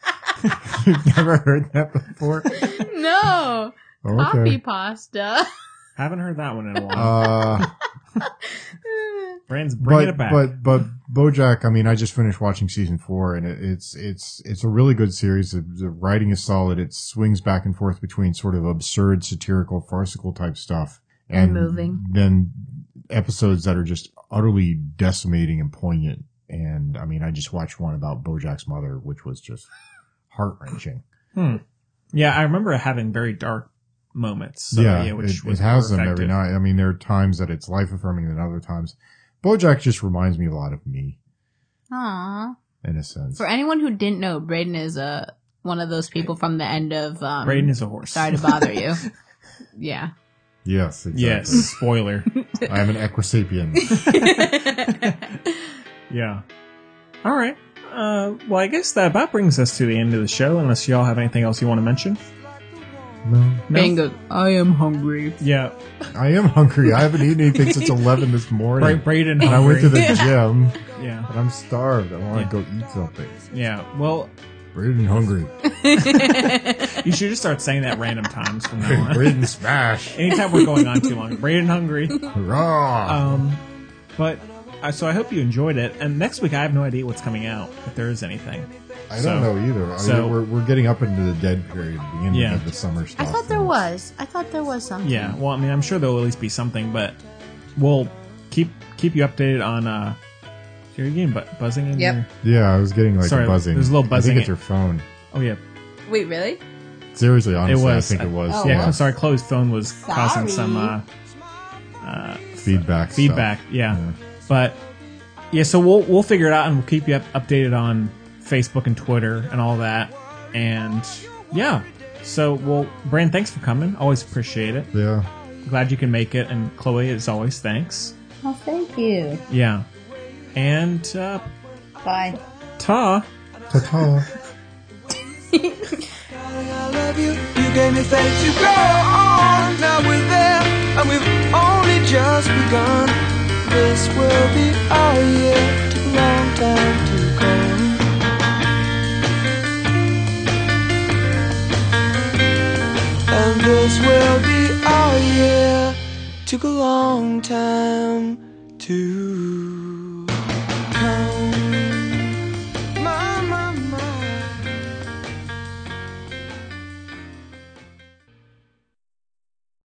<laughs> You've never heard that before? No, copy Okay. pasta. <laughs> Haven't heard that one in a while. Uh, Brand's bringing but it back. but but BoJack. I mean, I just finished watching season four, and it, it's it's it's a really good series. The, the writing is solid. It swings back and forth between sort of absurd, satirical, farcical type stuff, And moving. Then episodes that are just utterly decimating and poignant. And I mean, I just watched one about BoJack's mother, which was just heart wrenching. yeah, I remember it having very dark moments. So, yeah, yeah, which it, was it has more them every effective. night. I mean, there are times that it's life affirming, and other times, BoJack just reminds me a lot of me. Aww. in a sense. For anyone who didn't know, Braden is uh, one of those people from the end of um, Braden <laughs> is a horse. <laughs> Sorry to bother you. <laughs> yeah. Yes, exactly. <laughs> Yes, <laughs> spoiler. I'm an equisapien. yeah. All right. Uh, well, I guess that about brings us to the end of the show, unless y'all have anything else you want to mention. no, No? Braden goes, I am hungry. Yeah. I am hungry. I haven't eaten anything since 11 this morning. Bra- Braden and I hungry. went to the gym, yeah. and I'm starved. I want to go eat something. Yeah. Well, <laughs> Braden hungry. you should just start saying that random times from now <laughs> on. <laughs> Braden smash. Anytime we're going on too long. Braden hungry. Hurrah. Um, but I so I hope you enjoyed it. And next week, I have no idea what's coming out if there is anything. I so- don't know either. I mean, so- we're, we're getting up into the dead period, the end Yeah. of the summer stuff. I thought there and- was. I thought there was something. Yeah. Well, I mean, I'm sure there will at least be something, but we'll keep keep you updated on. uh You're getting bu- buzzing in Yep. your- Yeah, I was getting like Sorry, a buzzing. there's a little I buzzing. think it's her phone. Oh yeah, Wait, really? Seriously, honestly, was. I think it was. Oh, yeah. yeah. I'm sorry, closed phone was causing Sorry. some uh, uh, Feedback. stuff. feedback. Yeah. Yeah. but yeah, so we'll we'll figure it out and we'll keep you up, updated on Facebook and Twitter and all that. And yeah, so well, Brand, thanks for coming. Always appreciate it. Yeah. Glad you can make it. And Chloe, as always, thanks. Oh, thank you. Yeah, and uh, Bye. ta. Ta-ta. I love you. You gave me faith to grow on. Now we're there, and we've only just begun. This will be our year. Took a long time to come. And this will be our year. Took a long time to.